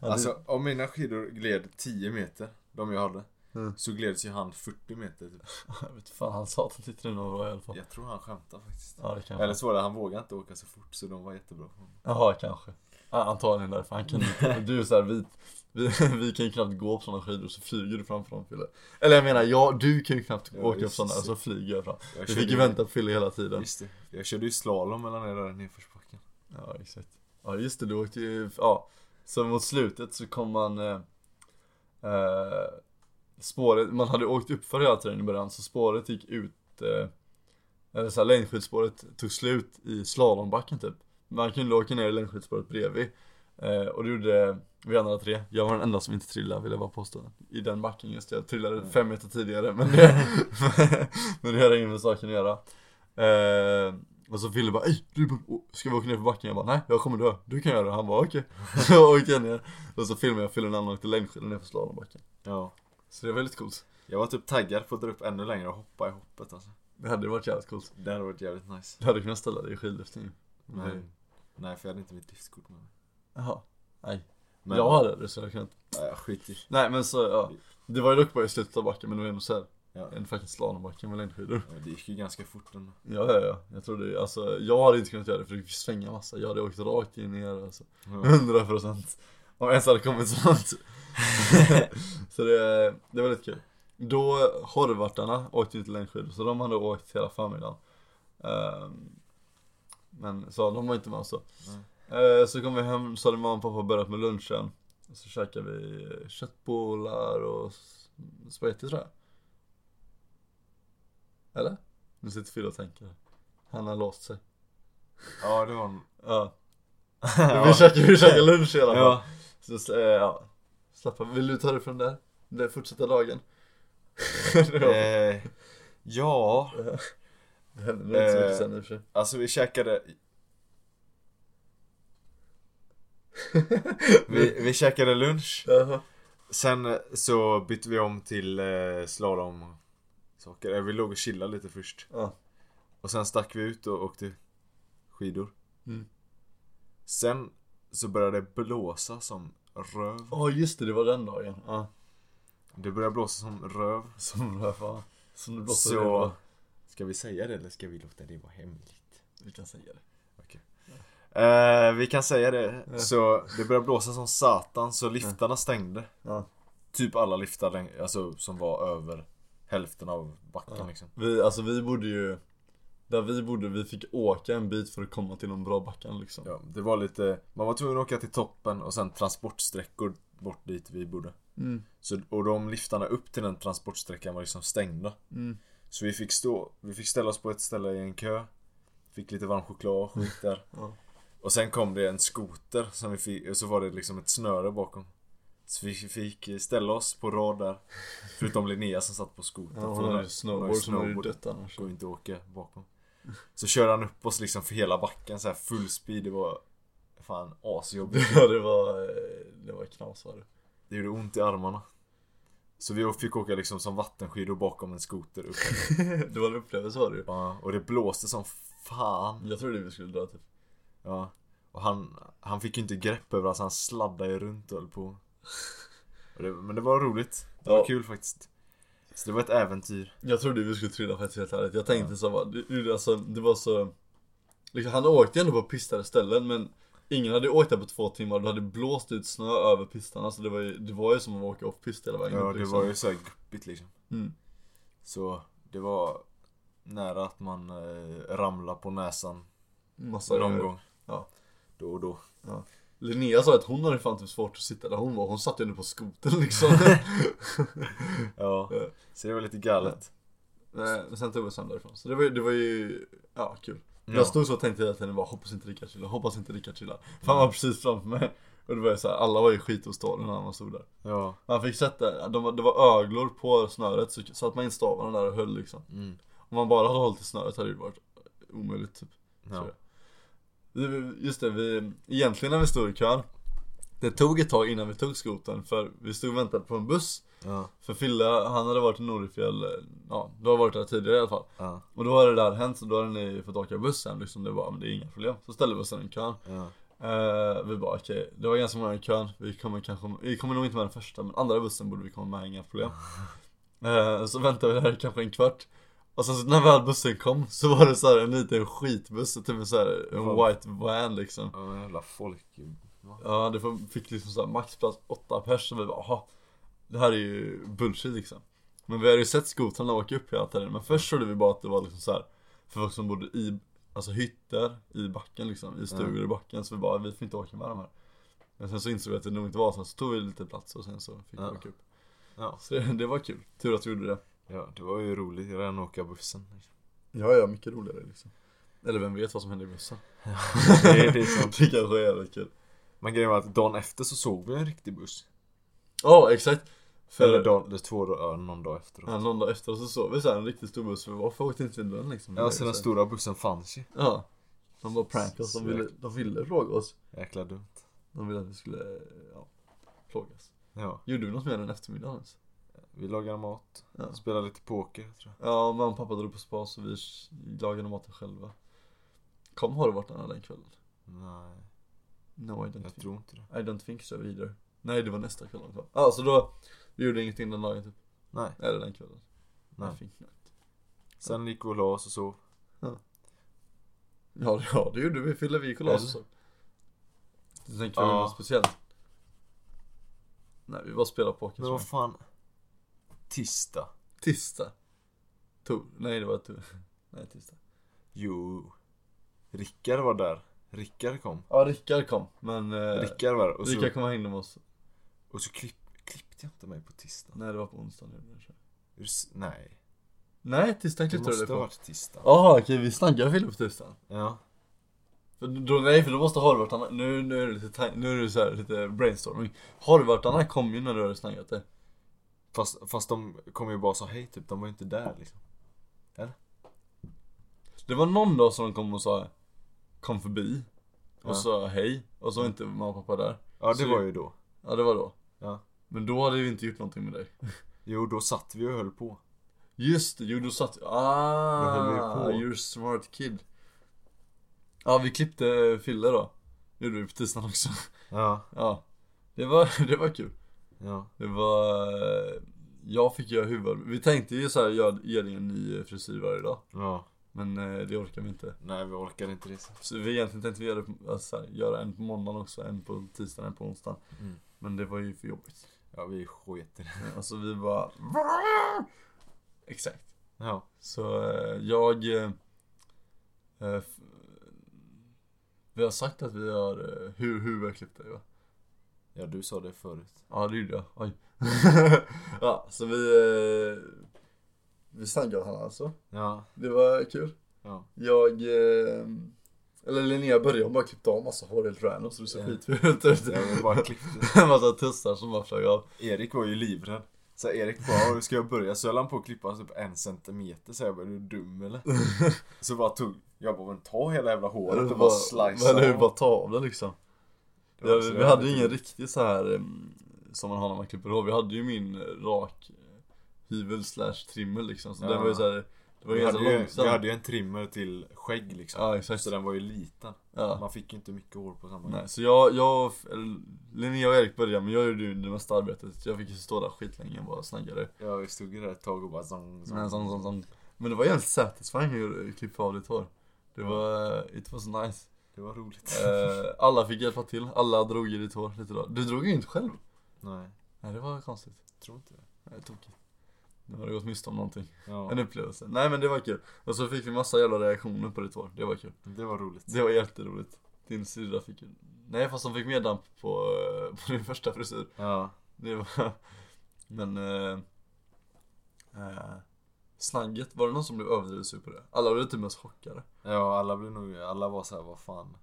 alltså om mina skidor gled 10 meter, de jag hade, Mm. så gled ju han 40 meter typ. Jag vet fan, han sa att han tyckte den var bra i alla fall. Jag tror han skämtar faktiskt. Ja, det kan Eller så var det, han vågade inte åka så fort så de var jättebra för honom. Jaha, kanske. Ja, antagligen därför. Han kan inte. Du är såhär, vi, vi, vi kan ju knappt gå på sådana skidor så flyger du framför dem Fille. Eller jag menar, jag, du kan ju knappt Ja, åka på just sådana det. så flyger jag fram. Jag Vi körde fick ju vänta på Fille hela tiden. Just det. Jag körde ju slalom mellan er där i nedförsbacken. Ja, exakt. Ja, just det, du åkte ju, ja. Så mot slutet så kom man eh, eh, Spåret, man hade åkt upp för hela tiden i början så spåret gick ut eh, Eller såhär längdskidspåret tog slut i slalombacken typ Man kunde åka ner i längdskidspåret bredvid eh, Och det gjorde vi andra tre Jag var den enda som inte trillade vill jag bara påstå I den backen just jag trillade Mm. fem meter tidigare men det Men det hade inget med saken att göra eh, och så Fille bara Ey Ruben, å- ska vi åka ner för backen? Jag bara nej, jag kommer dö, du kan göra det Han bara okej Så åkte jag ner Och så filmade jag Fille när han åkte längdskidor ner för slalombacken Ja. så det var lite coolt. Jag var typ taggad på att dra upp ännu längre och hoppa i hoppet alltså. Det hade varit jävligt coolt. Det hade varit jävligt nice. Du hade kunnat ställa dig i skidlifting ju. Men, Nej. nej för jag hade inte mitt liftkort med mig. Jaha. Nej. Men, Jag hade det så jag kunnat. nej, skit i. Nej men så ja. Det var ju dock bara i slutet av backen men det var ändå såhär. Ja. En fucking slalombacke med längdskidor. Ja, Det gick ju ganska fort ändå. Ja ja ja. Jag trodde ju- alltså jag hade inte kunnat göra det för det fick svänga massa. Jag hade åkt rakt in ner alltså. Ja. 100% procent. Om jag ens hade kommit så långt. så det, det var lite kul. Då horvartarna åkte inte längdskidor så de hade åkt hela förmiddagen. Ehm, men så de var inte med oss då. Eh, så kom vi hem så hade mamma och pappa börjat med lunchen. Så käkade vi köttbullar och s- spagetti tror jag. Eller? Nu sitter Fille och tänker. Han har låst sig. Ja, det var en... Ja. Vi Ja. käkade, vi käkade lunch i alla fall. Ja. Så, eh, ja. Slappa. Vill du ta det från där? Det fortsätta dagen? det var, Eh, Ja, Det hände nog inte så mycket Eh. sen i och för sig. alltså vi käkade... vi, vi käkade lunch. Jaha. Sen eh, så bytte vi om till eh, slalom saker. Eh, Vi låg och chillade lite först. Ja. Och sen stack vi ut och åkte skidor. Mm. Sen så började det blåsa som röv. Ja just det, det var den dagen. Ja. Det började blåsa som röv. Som det var. Som det blottade det Så... var. Ska vi säga det eller ska vi låta det vara hemligt? Vi kan säga det. Okej. Eh, vi kan säga det. Ja. Så det började blåsa som satan så liftarna stängde. Ja. Typ alla liftar läng- alltså, som var över hälften av backen Ja. liksom. Vi, alltså vi borde ju Där vi bodde, vi fick åka en bit för att komma till någon bra backan liksom Ja, det var lite, man var tvungen att åka till toppen och sen transportsträckor bort dit vi bodde. mm. Så, och de liftarna upp till den transportsträckan var liksom stängda. Mm. Så vi fick stå, vi fick ställa oss på ett ställe i en kö. Fick lite varm choklad och skit där. Ja. Och sen kom det en skoter som vi fick, och så var det liksom ett snöre bakom. Så vi fick ställa oss på rad där. Förutom Linnea som satt på skotern. Ja, för hon hade ju snowboard som hade ju snowboard. dött annars Går inte att åka bakom. Så körde han upp oss liksom för hela backen så här full speed. Det var fan asjobbigt. Ja det var, eh, det var knas var det Det gjorde ont i armarna. Så vi fick åka liksom som vattenskidor bakom en skoter upp. Det var en upplevelse var det ju Ja, och det blåste som fan. Jag trodde vi skulle dö typ Ja. Och han, han fick ju inte grepp över oss, han sladdade ju runt och höll på. Och det, men det var roligt. Det var Ja. kul faktiskt. Så det var ett äventyr. Jag trodde vi skulle trilla faktiskt helt ärligt Jag tänkte så bara, det, det- alltså, det var så liksom, Han åkte ju ändå på pistade ställen men Ingen hade åkt där på två timmar, det hade blåst ut snö över pistarna så det var ju, det var ju som att åka off-pist hela vägen Ja, upp, det liksom. var ju så här guppigt liksom. Mm. Så det var nära att man eh, ramlade på näsan Massa någon gång. Ja. Då och då. Linnea sa att hon hade fan typ svårt att sitta där hon var, hon satt ju ändå på skotern liksom Ja. Ja. Så det var lite galet. Eh, Men sen tog vi oss hem därifrån, så det var, ju- det var ju, ja kul Ja. Jag stod så och tänkte hela tiden bara hoppas inte Rickard chillar, hoppas inte Rickard chillar För han var precis framför mig Och det var ju såhär, alla var ju skitostadiga när han stod där Ja. Man fick sätta, de, var- det var öglor på snöret så satt man in stavarna där och höll liksom Mm. Om man bara hade hållit i snöret hade det ju varit omöjligt typ ja. tror jag. Vi- Just det, vi, egentligen när vi stod i kön Det tog ett tag innan vi tog skotern för vi stod och väntade på en buss Ja. För Fille, han hade varit i Norrfjäll, eh, ja du har varit där tidigare i alla fall Ja. Och då hade det där hänt så då hade ni fått åka bussen liksom, det var men det är inga problem Så ställde vi oss i den kön Ja. eh, Vi bara okej, det var ganska många i kön, vi kommer kanske, vi kommer nog inte med den första men andra bussen borde vi komma med, inga problem eh, Så väntade vi där i kanske en kvart och sen så när väl bussen kom så var det så här en liten skitbuss, typ en så här, en Fan. white van liksom Ja, jävla folk. Ja, det får- fick liksom så här maxplats 8 pers och vi bara aha, Det här är ju bullshit liksom Men vi hade ju sett skotrarna åka upp hela tiden Men först trodde vi bara att det var liksom så här För folk som bodde i, alltså hytter i backen liksom I stugor i backen så vi bara, vi får inte åka med de här Men sen så insåg vi att det nog inte var så, så tog vi lite plats och sen så fick vi Ja. åka upp Ja. Så det, det var kul, tur att vi gjorde det Ja, det var ju roligt redan att åka bussen. Ja, ja, mycket roligare liksom Eller vem vet vad som hände i bussen? det, det är sant. Det kanske är jävligt kul Men grejen var att dagen efter så såg vi en riktig buss. Ja, exakt! Eller dagen, eller två dagar, ja, någon dag efteråt. Ja, någon dag efter så såg vi så här en riktigt stor buss, för varför åkte inte vi den liksom? Ja, så den Så- stora bussen fanns ju. Ja. De var prankers, de ville, de ville fråga oss. Jäkla dumt. De ville att vi skulle, ja, plågas. Ja, Gjorde vi något mer den eftermiddagen ens? vi lagade mat. Ja. Spelade lite poker, tror jag. Ja, mamma och pappa drog på spa så vi lagade maten själva. Kom har du varit där den kvällen? Nej, No, I don't jag think, tror inte det. I don't think so either. Nej, det var nästa kväll också. Ja, så då, vi gjorde ingenting den dagen typ. Nej, Eller den kvällen. Nej. I think not. sen gick vi och la oss och sov. Ja, det- ja, det gjorde vi. Fyllde vi kolas och så. Du tänker på Ja. något speciellt? Nej, vi bara spelade poker. Men tror jag. vad fan. Tisdag. Tisdag. Tor. Nej det var Tor. Nej tisdag. Jo. Rickard var där. Rickard kom. Ja Rickard kom. Men eh, Rickard var där. Och så, Rickard kom hem oss. och så klipp, klippte jag inte mig på tisdag. Nej det var på onsdagen. nu, kanske. Är du s- Nej. Nej tisdagen Det klippte du måste dig ha på. varit tisdag. Jaha okej vi snaggade Filip på tisdagen. Ja. För då, nej för då måste har du varit annan. Nu, nu är det lite, tan- nu är det så här, lite brainstorming. Har du varit annan kom ju när du hade snaggat det. Fast, fast de kom ju bara och sa hej typ, de var ju inte där liksom. Det var någon dag som de kom och sa Kom förbi Ja. Och sa hej Och så var inte mamma och pappa där Ja, det Så- var ju då. Ja det var då Ja. Men då hade vi inte gjort någonting med dig Jo, då satt vi och höll på. Just det, jo då satt höll vi Ah, på. you're a smart kid Ja vi klippte Fille då Gjorde vi på tisdagen också Ja. Ja Det var, det var kul Ja. Det var Jag fick göra huvud Vi tänkte ju såhär göra ge dig en ny frisyr varje dag Ja. Men eh, det orkar vi inte Nej, vi orkar inte det. Så vi egentligen tänkte vi göra, det- alltså, så här, göra en på måndagen också, en på tisdagen, en på onsdagen. Mm. Men det var ju för jobbigt. Ja, vi sket i det. Alltså vi bara... Exakt. Ja. Så eh, jag... Eh, eh, f- vi har sagt att vi har... Eh, hur, hur vi har klippt det va? Ja, du sa det förut. Ja det gjorde jag, oj. ja, så vi... Eh, vi snaggade honom alltså. Ja. Det var kul. Ja. Jag... Eh, eller Linnea började, hon bara klippte av massa hår helt random så det såg Ja. skitfult ut. Jag vill bara klippte. En massa tussar som bara flög av. Erik var ju livrädd. Så Erik bara, "Hur ska jag börja? Så höll han på att klippa typ en centimeter. Så jag bara, är du dum eller? Så bara tog, jag bara, men ta hela jävla håret och bara slice Eller hur, av." bara ta av det liksom. Det var Ja, så vi jävla hade ju kul. ingen riktig så här em, som man har när man klipper hår. Vi hade ju min eh, rak eh, hyvel slash trimmer liksom. Så Ja. den var ju så här, det var ju vi ganska hade, ju, långsamt. vi hade ju en trimmer till skägg liksom. Ja exakt. Så den var ju liten. Ja. Man fick ju inte mycket hår på samma gång. Nej, så jag, jag, eller, Linnea och Erik började men jag gjorde ju det mesta arbetet. Jag fick ju stå där skitlänge och bara snaggade. Jag stod ju där ett tag och bara zong, zong. Men, sån, sån, sån. men det var jävligt satisfying att eh, klippa av ditt hår. Det Ja. var, eh, it was nice. Det var roligt. Eh, alla fick hjälpa till, alla drog i ditt hår lite då. Du drog ju inte själv. Nej, Nej det var konstigt. tror inte det. Nej, tokigt. Nu har du gått miste om någonting. En Ja, upplevelse. Nej men det var kul. Och så fick vi massa jävla reaktioner på ditt hår. Det var kul. det var roligt. Det var jätteroligt. Din syrra fick ju... Nej fast de fick mer damp på, eh, på din första frisyr. Ja, Det var... Men... Eh, eh, snagget, var det någon som blev överdrivet sur på det? Alla blev typ mest chockade. ja alla blev nog, alla var så här, vad fan.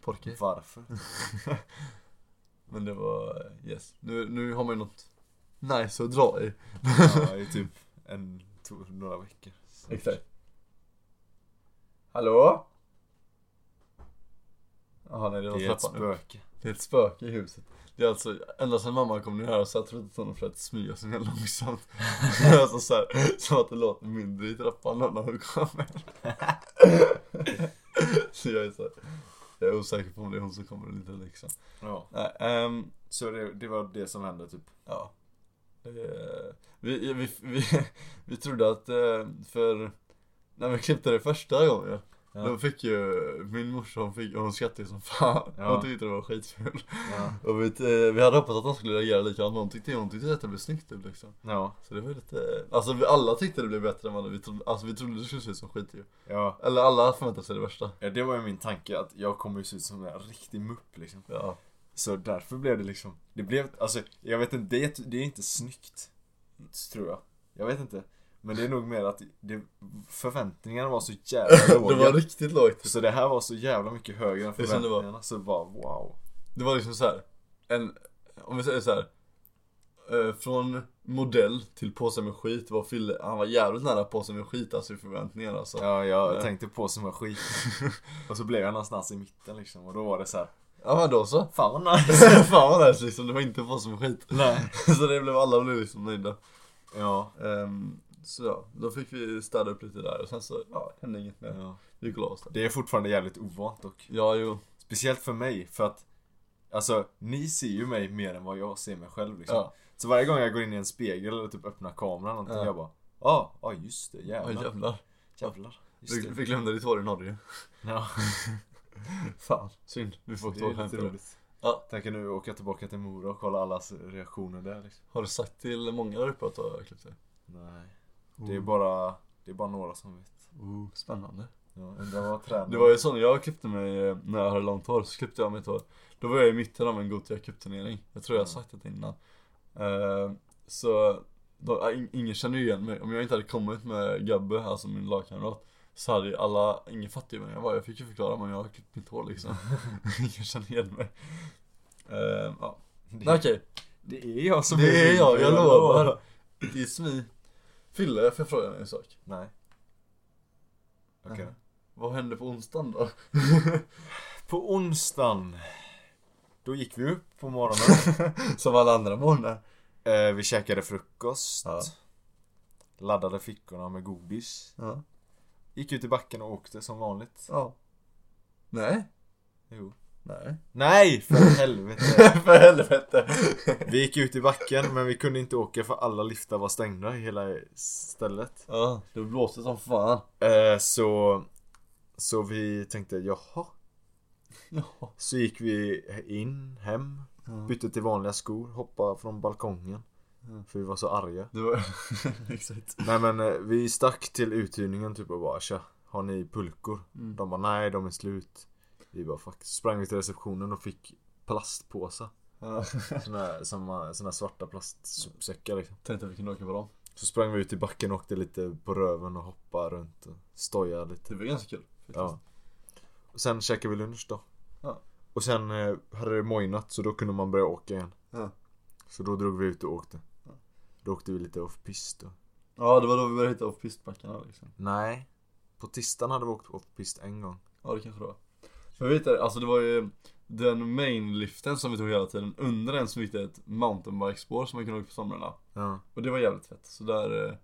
Porke. Varför? Men det var... eh, Yes. Nu, nu har man ju något nice att dra i. Ja, i typ en, to, några veckor. Så- Exakt. Hallå? Jaha nej det var Det är ett trappan upp. spöke. Det är ett spöke i huset. Det är alltså, ända sedan mamma kom ner här så har jag trott att hon har försökt smyga sig ner långsamt. alltså så här, som att det låter mindre i trappan när hon kommer. så jag är så här, jag är osäker på om det är hon som kommer eller inte liksom. Ja. Nej, ehm, Så det, det var det som hände typ. Ja. Eh, Vi, vi, vi, vi trodde att eh, för när vi klippte det första gången Ja. Då fick ju min morsa, hon, fick, hon skrattade ju som fan. Ja. Hon tyckte det var skitful. Ja. Och vi, eh, vi hade hoppats att de skulle reagera likadant. men Hon tyckte, hon tyckte att det blev snyggt ut liksom. Ja. Så det var ju lite, alltså vi alla tyckte det blev bättre än vad vi trodde. Alltså vi trodde det skulle se ut som skit ju. Ja. Eller alla förväntade sig det värsta. Ja, det var ju min tanke att jag kommer ju se ut som en riktig mupp liksom. Ja. Så därför blev det liksom. Det blev, alltså jag vet inte, det, är- det är inte snyggt. Tror jag. Jag vet inte. Men det är nog mer att det, förväntningarna var så jävla Det var låga. riktigt lågt. Så det här var så jävla mycket högre än Det är som det var. förväntningarna. Så bara wow. Det var liksom så här. En, om vi säger så här. eh, Från modell till påse med skit var Fille, han var jävligt nära påse med skit alltså i förväntningar alltså. Ja. Ja, jag Ja. tänkte på som en skit. och så blev jag någonstans i mitten liksom. Och då var det så här. men då så. Fan vad nice. Fan vad nice liksom, det var inte påse med skit. Nej. så det blev, alla blev liksom nöjda. Ja. Ehm, så ja, då fick vi städa upp lite där och sen så, ja, hände inget mer. ja. Vi gick och la oss där. Det är fortfarande jävligt ovant dock. Ja, jo. Speciellt för mig för att Alltså ni ser ju mig mer än vad jag ser mig själv liksom. Ja. Så varje gång jag går in i en spegel eller typ öppnar kameran eller någonting Ja. jag bara Ja, ah, just det, Ja, jävlar, jävlar. jävlar Just Vi, det, vi glömde ditt hår i Norge. ja, Fan, synd. Vi får det åka är hem lite för det. roligt Ja. Tänker nu åka tillbaka till Mora och kolla allas reaktioner där liksom Har du sagt till många där uppe att du har klippt dig? Nej Det är bara, det är bara några som vet Oh, spännande. ja, Undrar vad trenden Det var ju så när jag klippte mig, eh, när jag hade långt hår, så klippte jag mitt hår. Då var jag i mitten av en Gothia Cup-turnering. Jag tror jag har sagt det innan. Eh, så då, eh, in- ingen kände ju igen mig. Om jag inte hade kommit med Gabbe, alltså min lagkamrat, så hade ju alla, ingen fattade ju vem jag var. Jag fick ju förklara, men jag har klippt mitt hår liksom. ingen kände igen mig. Eh, ja. det, Nej, Okej, det är jag som det är jag, jag jag lovar. Det är smi. Fille, får jag fråga dig en sak? Nej, Okej. Mhm. Vad hände på onsdagen då? På onsdagen. Då gick vi upp på morgonen. Som alla andra morgnar. eh, vi käkade frukost. Ja. Laddade fickorna med godis. Ja. Gick ut i backen och åkte som vanligt. ja. Nej. Jo. Nej. Nej, för helvete. För helvete. Vi gick ut i backen men vi kunde inte åka för alla liftar var stängda i hela stället. ja, det blåste som fan. Eh, så, så vi tänkte jaha. Ja. Så gick vi in, hem, bytte till vanliga skor, hoppade från balkongen. Mm. För vi var så arga. Det var... Exakt. Nej men eh, vi stack till uthyrningen typ och bara tja, har ni pulkor? Mm. De bara nej, de är slut. Vi bara fuck. Så sprang vi till receptionen och fick plastpåsar. Ja. Såna, här- samma- såna här svarta plastsäckar liksom. Tänkte att vi kunde åka på dem. Så sprang vi ut i backen och åkte lite på röven och hoppade runt och stojade lite. Det var ganska kul. faktiskt. Ja. Och sen käkade vi lunch då. Ja. Och sen eh, hade det mojnat så då kunde man börja åka igen. Ja. Så då drog vi ut och åkte. Då åkte vi lite off-pist då. Ja, det var då vi började hitta upp pistbackarna liksom. Nej. På tisdagen hade vi åkt off-pist en gång. Ja, det kanske det var. Men vet du, alltså det var ju den mainliften som vi tog hela tiden. Under den så gick det ett mountainbikespår som man kunde åka på somrarna. Ja. Och det var jävligt fett. Så där, eh,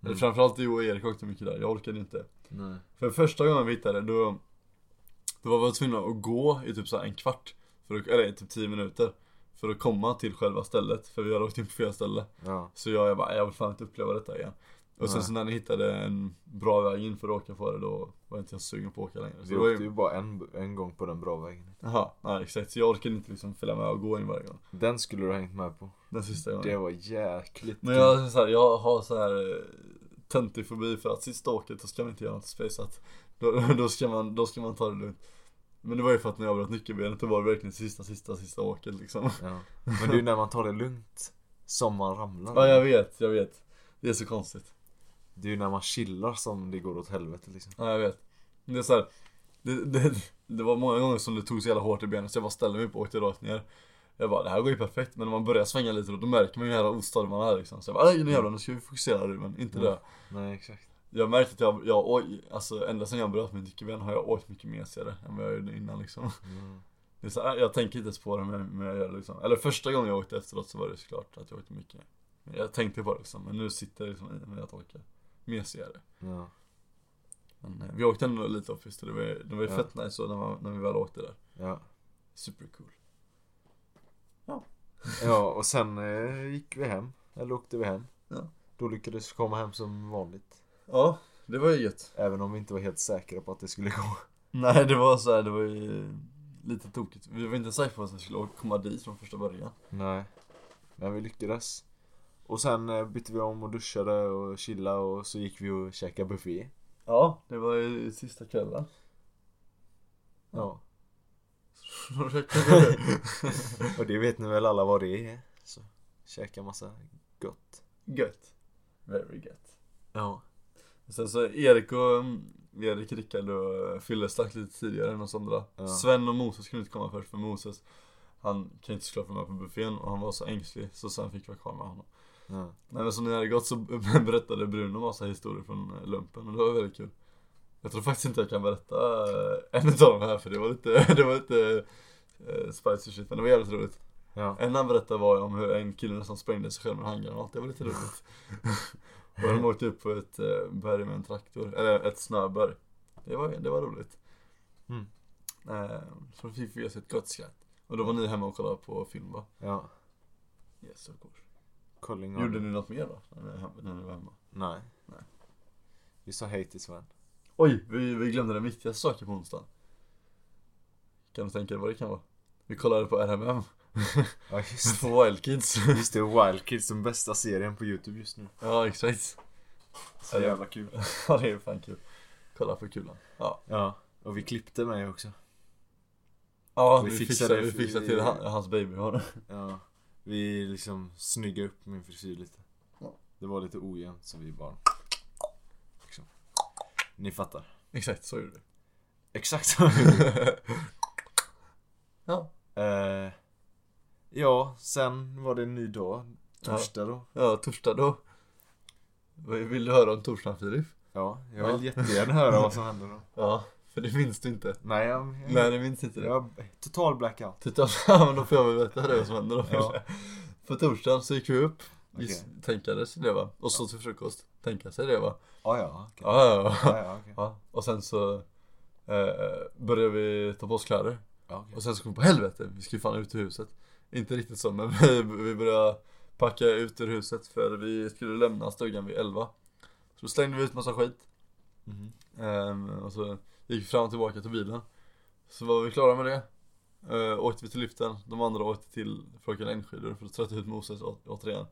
eller framförallt du och Erik åkte mycket där. Jag orkade inte. Nej. För första gången vi hittade då, då var vi tvungna att gå i typ så här en kvart. För att, eller i typ 10 minuter. För att komma till själva stället. För vi hade åkt in på fel ställe. Ja. Så jag, jag bara, jag vill fan inte uppleva detta igen. Och sen Nej. så när ni hittade en bra väg in för att åka på det då var inte jag sugen på att åka längre. Så Vi det var åkte ju bara en, en gång på den bra vägen. Jaha, nej exakt. Så jag orkade inte liksom följa med och gå in varje gång. Den skulle du ha hängt med på. Den sista gången. Det var jäkligt Men jag, så här, jag har så här eh, töntig fobi för att sista åket då ska man inte göra något spejsat. Då, då, ska man, då ska man ta det lugnt. Men det var ju för att när jag bröt nyckelbenet det var det verkligen sista, sista, sista åket liksom. Ja. Men det är ju när man tar det lugnt som man ramlar. Ja jag vet, jag vet. Det är så konstigt. Det är ju när man chillar som det går åt helvete liksom. Ja jag vet. Men Det är så här, det, det, det var många gånger som det tog så jävla hårt i benet så jag bara ställde mig upp och åkte rakt ner. Jag bara det här går ju perfekt men när man börjar svänga lite då, då märker man ju hur jävla ostörd man är liksom. Så jag bara "Aj, nu jävlar nu ska vi fokusera Ruben, inte Mm. det. Nej exakt. Jag har märkt att jag, jag oj, alltså ända sedan jag bröt mitt nyckelben har jag åkt mycket mesigare än vad jag gjorde innan liksom. Mm. Det är så här, jag tänker inte ens på det men, men jag gör det liksom. Eller första gången jag åkte efteråt så var det såklart att jag åkte mycket. Men jag tänkte på det liksom, men nu sitter det liksom i mig att åka mesigare. Ja. Men eh, vi åkte ändå lite off det var, ju- det var ju Ja. fett nice så när, man, när vi väl åkte där. Ja. Supercool. ja och sen eh, gick vi hem. Eller åkte vi hem. Ja. Då lyckades vi komma hem som vanligt. Ja, det var ju gött. Även om vi inte var helt säkra på att det skulle gå. Nej det var så här, det var ju lite tokigt. Vi var inte säkra på att vi skulle komma dit från första början. Nej. Men vi lyckades. Och sen eh, bytte vi om och duschade och chillade och så gick vi och käkade buffé. Ja, det var ju sista kvällen. Ja. Ursäkta. Och det vet ni väl alla vad det är. Så käka massa gott. Gött. Very gött. Ja. Sen så Erik och mm, Erik, Rickard och Fille stack lite tidigare än oss andra. Ja. Sven och Moses kunde inte komma först för Moses han kan inte såklart vara med på buffén och han var så ängslig så sen fick vi vara kvar med honom. ja. Nej men som ni hade gått så berättade Bruno massa historier från eh, lumpen och det var väldigt kul. Jag tror faktiskt inte jag kan berätta eh, en utav dem här för det var lite, det var lite eh, spicy shit men det var jävligt roligt. ja. En han berättade var om hur en kille nästan sprängde sig själv med en handgranat, det var lite roligt. och de åkte upp på ett eh, berg med en traktor, eller ett snöberg. Det var, det var roligt. Mm. Eh, så då fick vi oss ett gott skratt. Och då var ni hemma och kollade på film va? ja. Yes of course. Calling Gjorde ni något mer då? När ni, hem- när ni var hemma? Nej. Nej. Vi sa hej till Sven. Oj, vi, vi glömde den viktigaste saken på onsdagen. Kan du tänka dig vad det kan vara? Vi kollade på RMM, Ja just det. på Wild Kids. Just det, Wild Kids, den bästa serien på Youtube just nu. ja exakt. Så jävla kul. Ja det är fan kul. Kolla på kulan. Ja. Ja, och vi klippte mig också. Ja, Vi vi, fixar fixar, det vi för- fixar till han, hans babyhår. Ja, vi liksom snyggade upp min frisyr lite. Ja. Det var lite ojämnt så vi bara... Liksom. Ni fattar. Exakt, så gjorde du. Exakt så. uh, Ja. Eh, ja, sen var det en ny dag. Torsdag då. Ja, torsdag då. Vad Vill du höra om torsdagen Filip? Ja, jag vill jättegärna höra vad som hände då. Ja, för det minns du inte. Nej, jag, Nej, det minns inte du. jag total blackout. Titta, ja, men då får jag väl veta det vad som händer då. Ja. På torsdagen så gick vi upp. Vi Okej. tänkade sig det va. Och så till frukost. Tänka sig det va. Ja, ja, okej. Ja, ja, ja. Ja, ja, okej. ja. Och sen så eh, började vi ta på oss kläder. Ja, okej. Och sen så kom vi på helvete, vi ska ju fan ut ur huset. Inte riktigt så, men vi, vi började packa ut ur huset för vi skulle lämna stugan vid 11. Så slängde vi ut massa skit. Mhm. ehm, och så gick vi fram och tillbaka till bilen. Så var vi klara med det. Eh, åkte vi till liften, de andra åkte till Fröken Längdskidor för att trötta ut Moses å- återigen.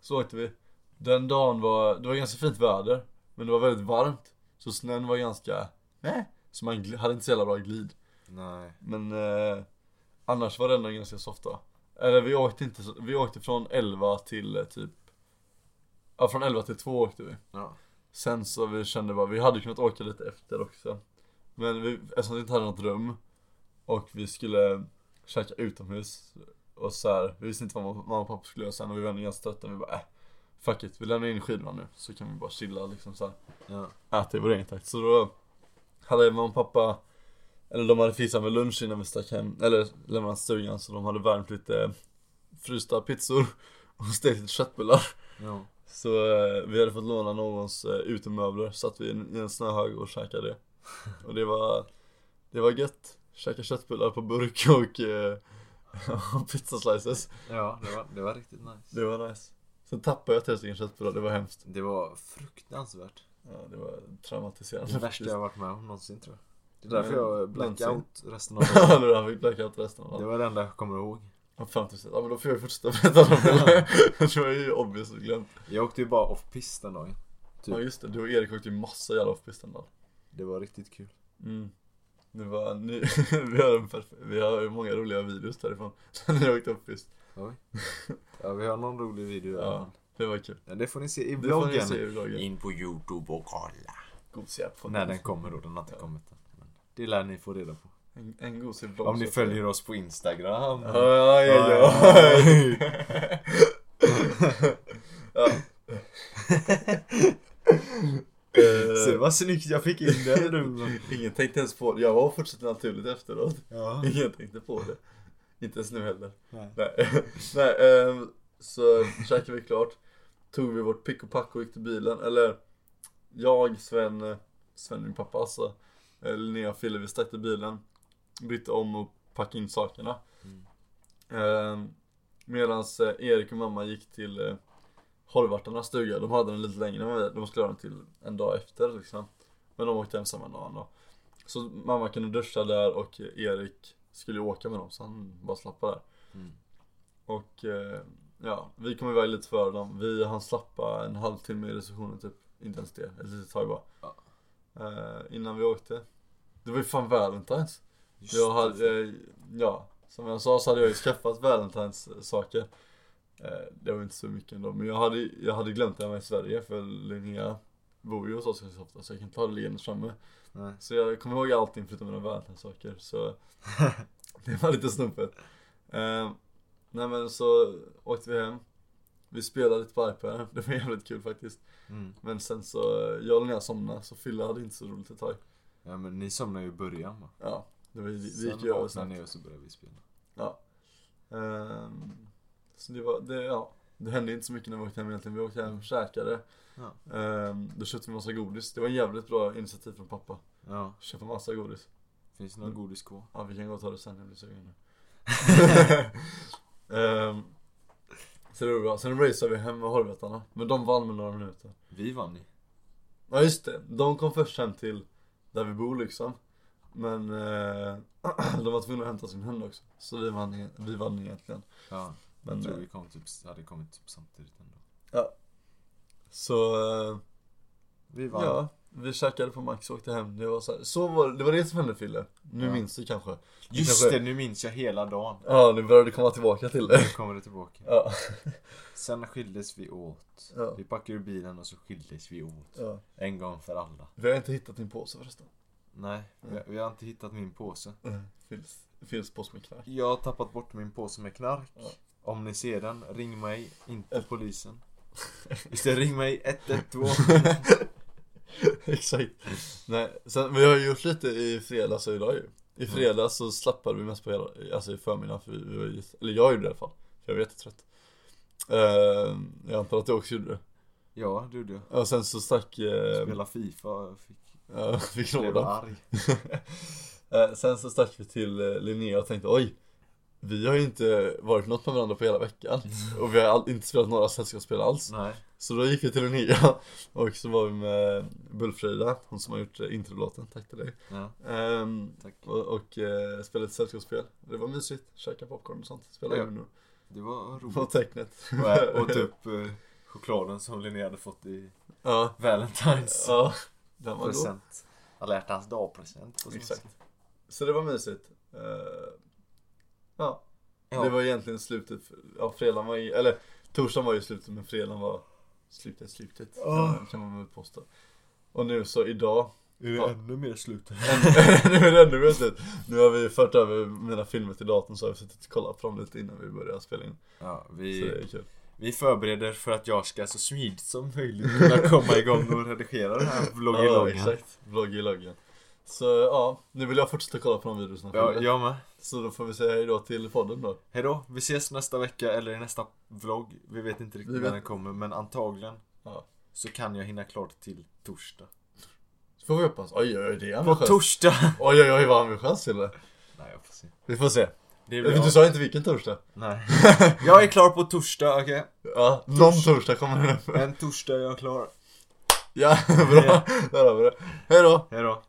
Så åkte vi. Den dagen var, det var ganska fint väder. Men det var väldigt varmt. Så snön var ganska, nej. Så man gl- hade inte så jävla bra glid. Nej. Men eh, annars var det ändå ganska soft då. Eller vi åkte inte, så- vi åkte från 11 till eh, typ Ja från 11 till 2 åkte vi. Ja. Sen så vi kände bara, vi hade kunnat åka lite efter också. Men vi, eftersom vi inte hade något rum och vi skulle käka utomhus och så här, vi visste inte vad mamma och pappa skulle göra sen och vi var ändå ganska trötta. Vi bara äh, fuck it, vi lämnar in skidorna nu så kan vi bara chilla liksom så här Ja. äta i vår egen takt. Så då hade mamma och pappa, eller de hade fixat med lunch innan vi stack hem, eller lämnade stugan. Så de hade värmt lite frysta pizzor och stekt lite köttbullar. Ja. Så eh, vi hade fått låna någons eh, utemöbler, satt vi i en, i en snöhög och käkade det. Och det var, det var gött. Käka köttbullar på burk och, eh, och pizzaslices. ja, det var, det var riktigt nice. Det var nice. Sen tappade jag tre stycken köttbullar, det var hemskt. Det var fruktansvärt. Ja, det var traumatiserande. Det värsta Alltså, jag varit med om någonsin tror jag. Det är därför Men, jag blackout resten av Ja, dagen. nu har vi blackout resten av dagen. Det var det enda jag kommer ihåg. Ja, 50 typ Ja men då får jag fortsätta berätta om det. det var ju obvious och glömt. Jag åkte ju bara off-pist den dagen. Typ. Ja just det, du och Erik åkte ju massa jävla offpisten då. Det var riktigt kul. Mm. Det var, ni, vi, har en perf- vi har ju många roliga videos därifrån. När ni åkte offpist. Ja, vi har någon rolig video. Ja. Ja. Det var kul. Ja, det får ni se i Det får ni vloggen. se i vloggen. In på Youtube och kolla. Gosig app. När den kommer då, den har inte kommit än. Men det lär ni få reda på. En, en gosig vlogg. Om ni följer oss på Instagram. Ja, ja, ja. ja. ja. Se vad snyggt jag fick in den nu. Eh, Ingen tänkte ens på det. Jag var fortsatt naturligt efteråt. Ja. Ingen tänkte på det. Inte ens nu heller. Nej. Nej. Nej, ehm, så käkade vi klart. Tog vi vårt pick och pack och gick till bilen. Eller jag, Sven, eh, Sven min pappa alltså. eh, Linnea och Fille, vi stack till bilen. Bytte om och packade in sakerna. Mm. Ehm, medans eh, Erik och mamma gick till eh, Horvartarnas stuga. De hade den lite längre men de skulle ha den till en dag efter liksom. Men de åkte hem samma dag ändå. Så mamma kunde duscha där och Erik skulle ju åka med dem så han bara slappade där. Mm. Och eh, ja, vi kom iväg lite före dem. Vi hann slappa en halvtimme i receptionen typ. Inte ens det, ett litet tag bara. Ja. Eh, innan vi åkte. Det var ju fan Valentine's. Just Jag det. hade, eh, ja, som jag sa så hade jag ju skaffat Valentine's saker. Eh, det var inte så mycket ändå, men jag hade, jag hade glömt det hemma i Sverige för Linnea bor ju hos oss ganska ofta så jag kan inte ha det liggande framme. Nej. Så jag kommer ihåg allting förutom mina Valentine's-saker så det var lite snuppet. Eh, nej men så åkte vi hem. Vi spelade lite på iPad, det var jävligt kul faktiskt. Mm. Men sen så, eh, jag och Linnea somnade så Fille hade inte så roligt ett tag. Ja men ni somnade ju i början va? Ja, det, var, det gick Sen ju över vaknade snabbt. ni och så började vi spela. Ehm, så det var, det, ja. Det hände inte så mycket när vi åkte hem egentligen. Vi åkte hem och käkade. Ja. Ehm, då köpte vi massa godis. Det var en jävligt bra initiativ från pappa. Ja. Köpa massa godis. Finns det någon Mm. godis kvar? Ja, vi kan gå och ta det sen. Jag blir sugen nu. Ehm, så det var bra. Sen raceade vi hem med Horvatarna. Men de vann med några minuter. Vi vann ju. Ja, just det. De kom först hem till där vi bor liksom. Men eh, de var tvungna att hämta sin hund också. Så vi vann, e- vi vann egentligen. Ja. Men, Jag tror eh, vi kom typ, hade kommit typ samtidigt ändå. Så eh, Vi vann. ja, vi käkade på Max och åkte hem. Det var så, här, så var, det var det som hände Fille. Nu Ja. minns du kanske. Just Kanske- det, nu minns jag hela dagen. Ja, nu börjar du komma tillbaka till det. Nu kommer det tillbaka. Ja, Sen skildes vi åt. Ja. Vi packade ur bilen och så skildes vi åt. ja. En gång för alla. Vi har inte hittat din påse förresten. Nej, vi, vi har inte hittat min påse. Fills, Fills påse med knark. Jag har tappat bort min påse med knark. Ja. Om ni ser den, ring mig, inte polisen. Visst, ring mig 112. Exakt. Nej, sen, vi har ju gjort lite i fredags och idag ju. I fredags så slappade vi mest på hela, alltså i förmiddagen för vi, vi var ju, eller jag gjorde det i alla fall. För jag var jättetrött. Uh, jag antar att du också gjorde det. Ja, det gjorde jag. Och sen så stack, uh, Spela Fifa och fick fick blev lådan. arg. Eh, sen så stack vi till eh, Linnea och tänkte oj Vi har ju inte varit något med varandra på hela veckan Och vi har all- inte spelat några sällskapsspel alls Nej. Så då gick vi till Linnea Och så var vi med Bullfrida Hon som har gjort eh, introlåten, tack till dig Ja, Ehm, tack. Och, och eh, spelade ett sällskapsspel Det var mysigt, käka popcorn och sånt Spela Ja. Uno Det var roligt. på tecknet Och, och typ eh, chokladen som Linnea hade fått i Ja, Valentines ja Den var god present. Alla hjärtans dag-present. och så. Exakt. Så det var mysigt Eh, Ja Ja. Det var egentligen slutet, för- ja fredagen var ju, eller torsdagen var ju slutet men fredagen var slutet, slutet Ja. kan man väl påstå. Och nu så idag, Är det Ja. ännu mer slut? nu är det ännu mer slut. Nu har vi fört över mina filmer till datorn så har vi suttit och kollat på dem lite innan vi började spela in. Ja, Så vi, det är kul. vi förbereder för att jag ska så smidigt som möjligt kunna komma igång och redigera den här vloggen. Ja, exakt. Vlogg i loggen. Så ja, nu vill jag fortsätta kolla på de videorna. Ja, jag med. Så då får vi säga hejdå till podden då. Hejdå, vi ses nästa vecka eller i nästa vlogg. Vi vet inte Vi riktigt vet- när den kommer men antagligen Ja. så kan jag hinna klart till torsdag. Så får vi hoppas. Oj, oj, oj, det är På ambitiöst. torsdag! Oj, oj, oj, vad ambitiöst Cille. Nej, jag får se. Vi får se. Det blir Du av. sa inte vilken torsdag. Nej. Jag är klar på torsdag, okej? Ja, någon torsdag kommer den upp. En torsdag är jag klar. Ja, bra. Där har vi det. Hej då. Hejdå.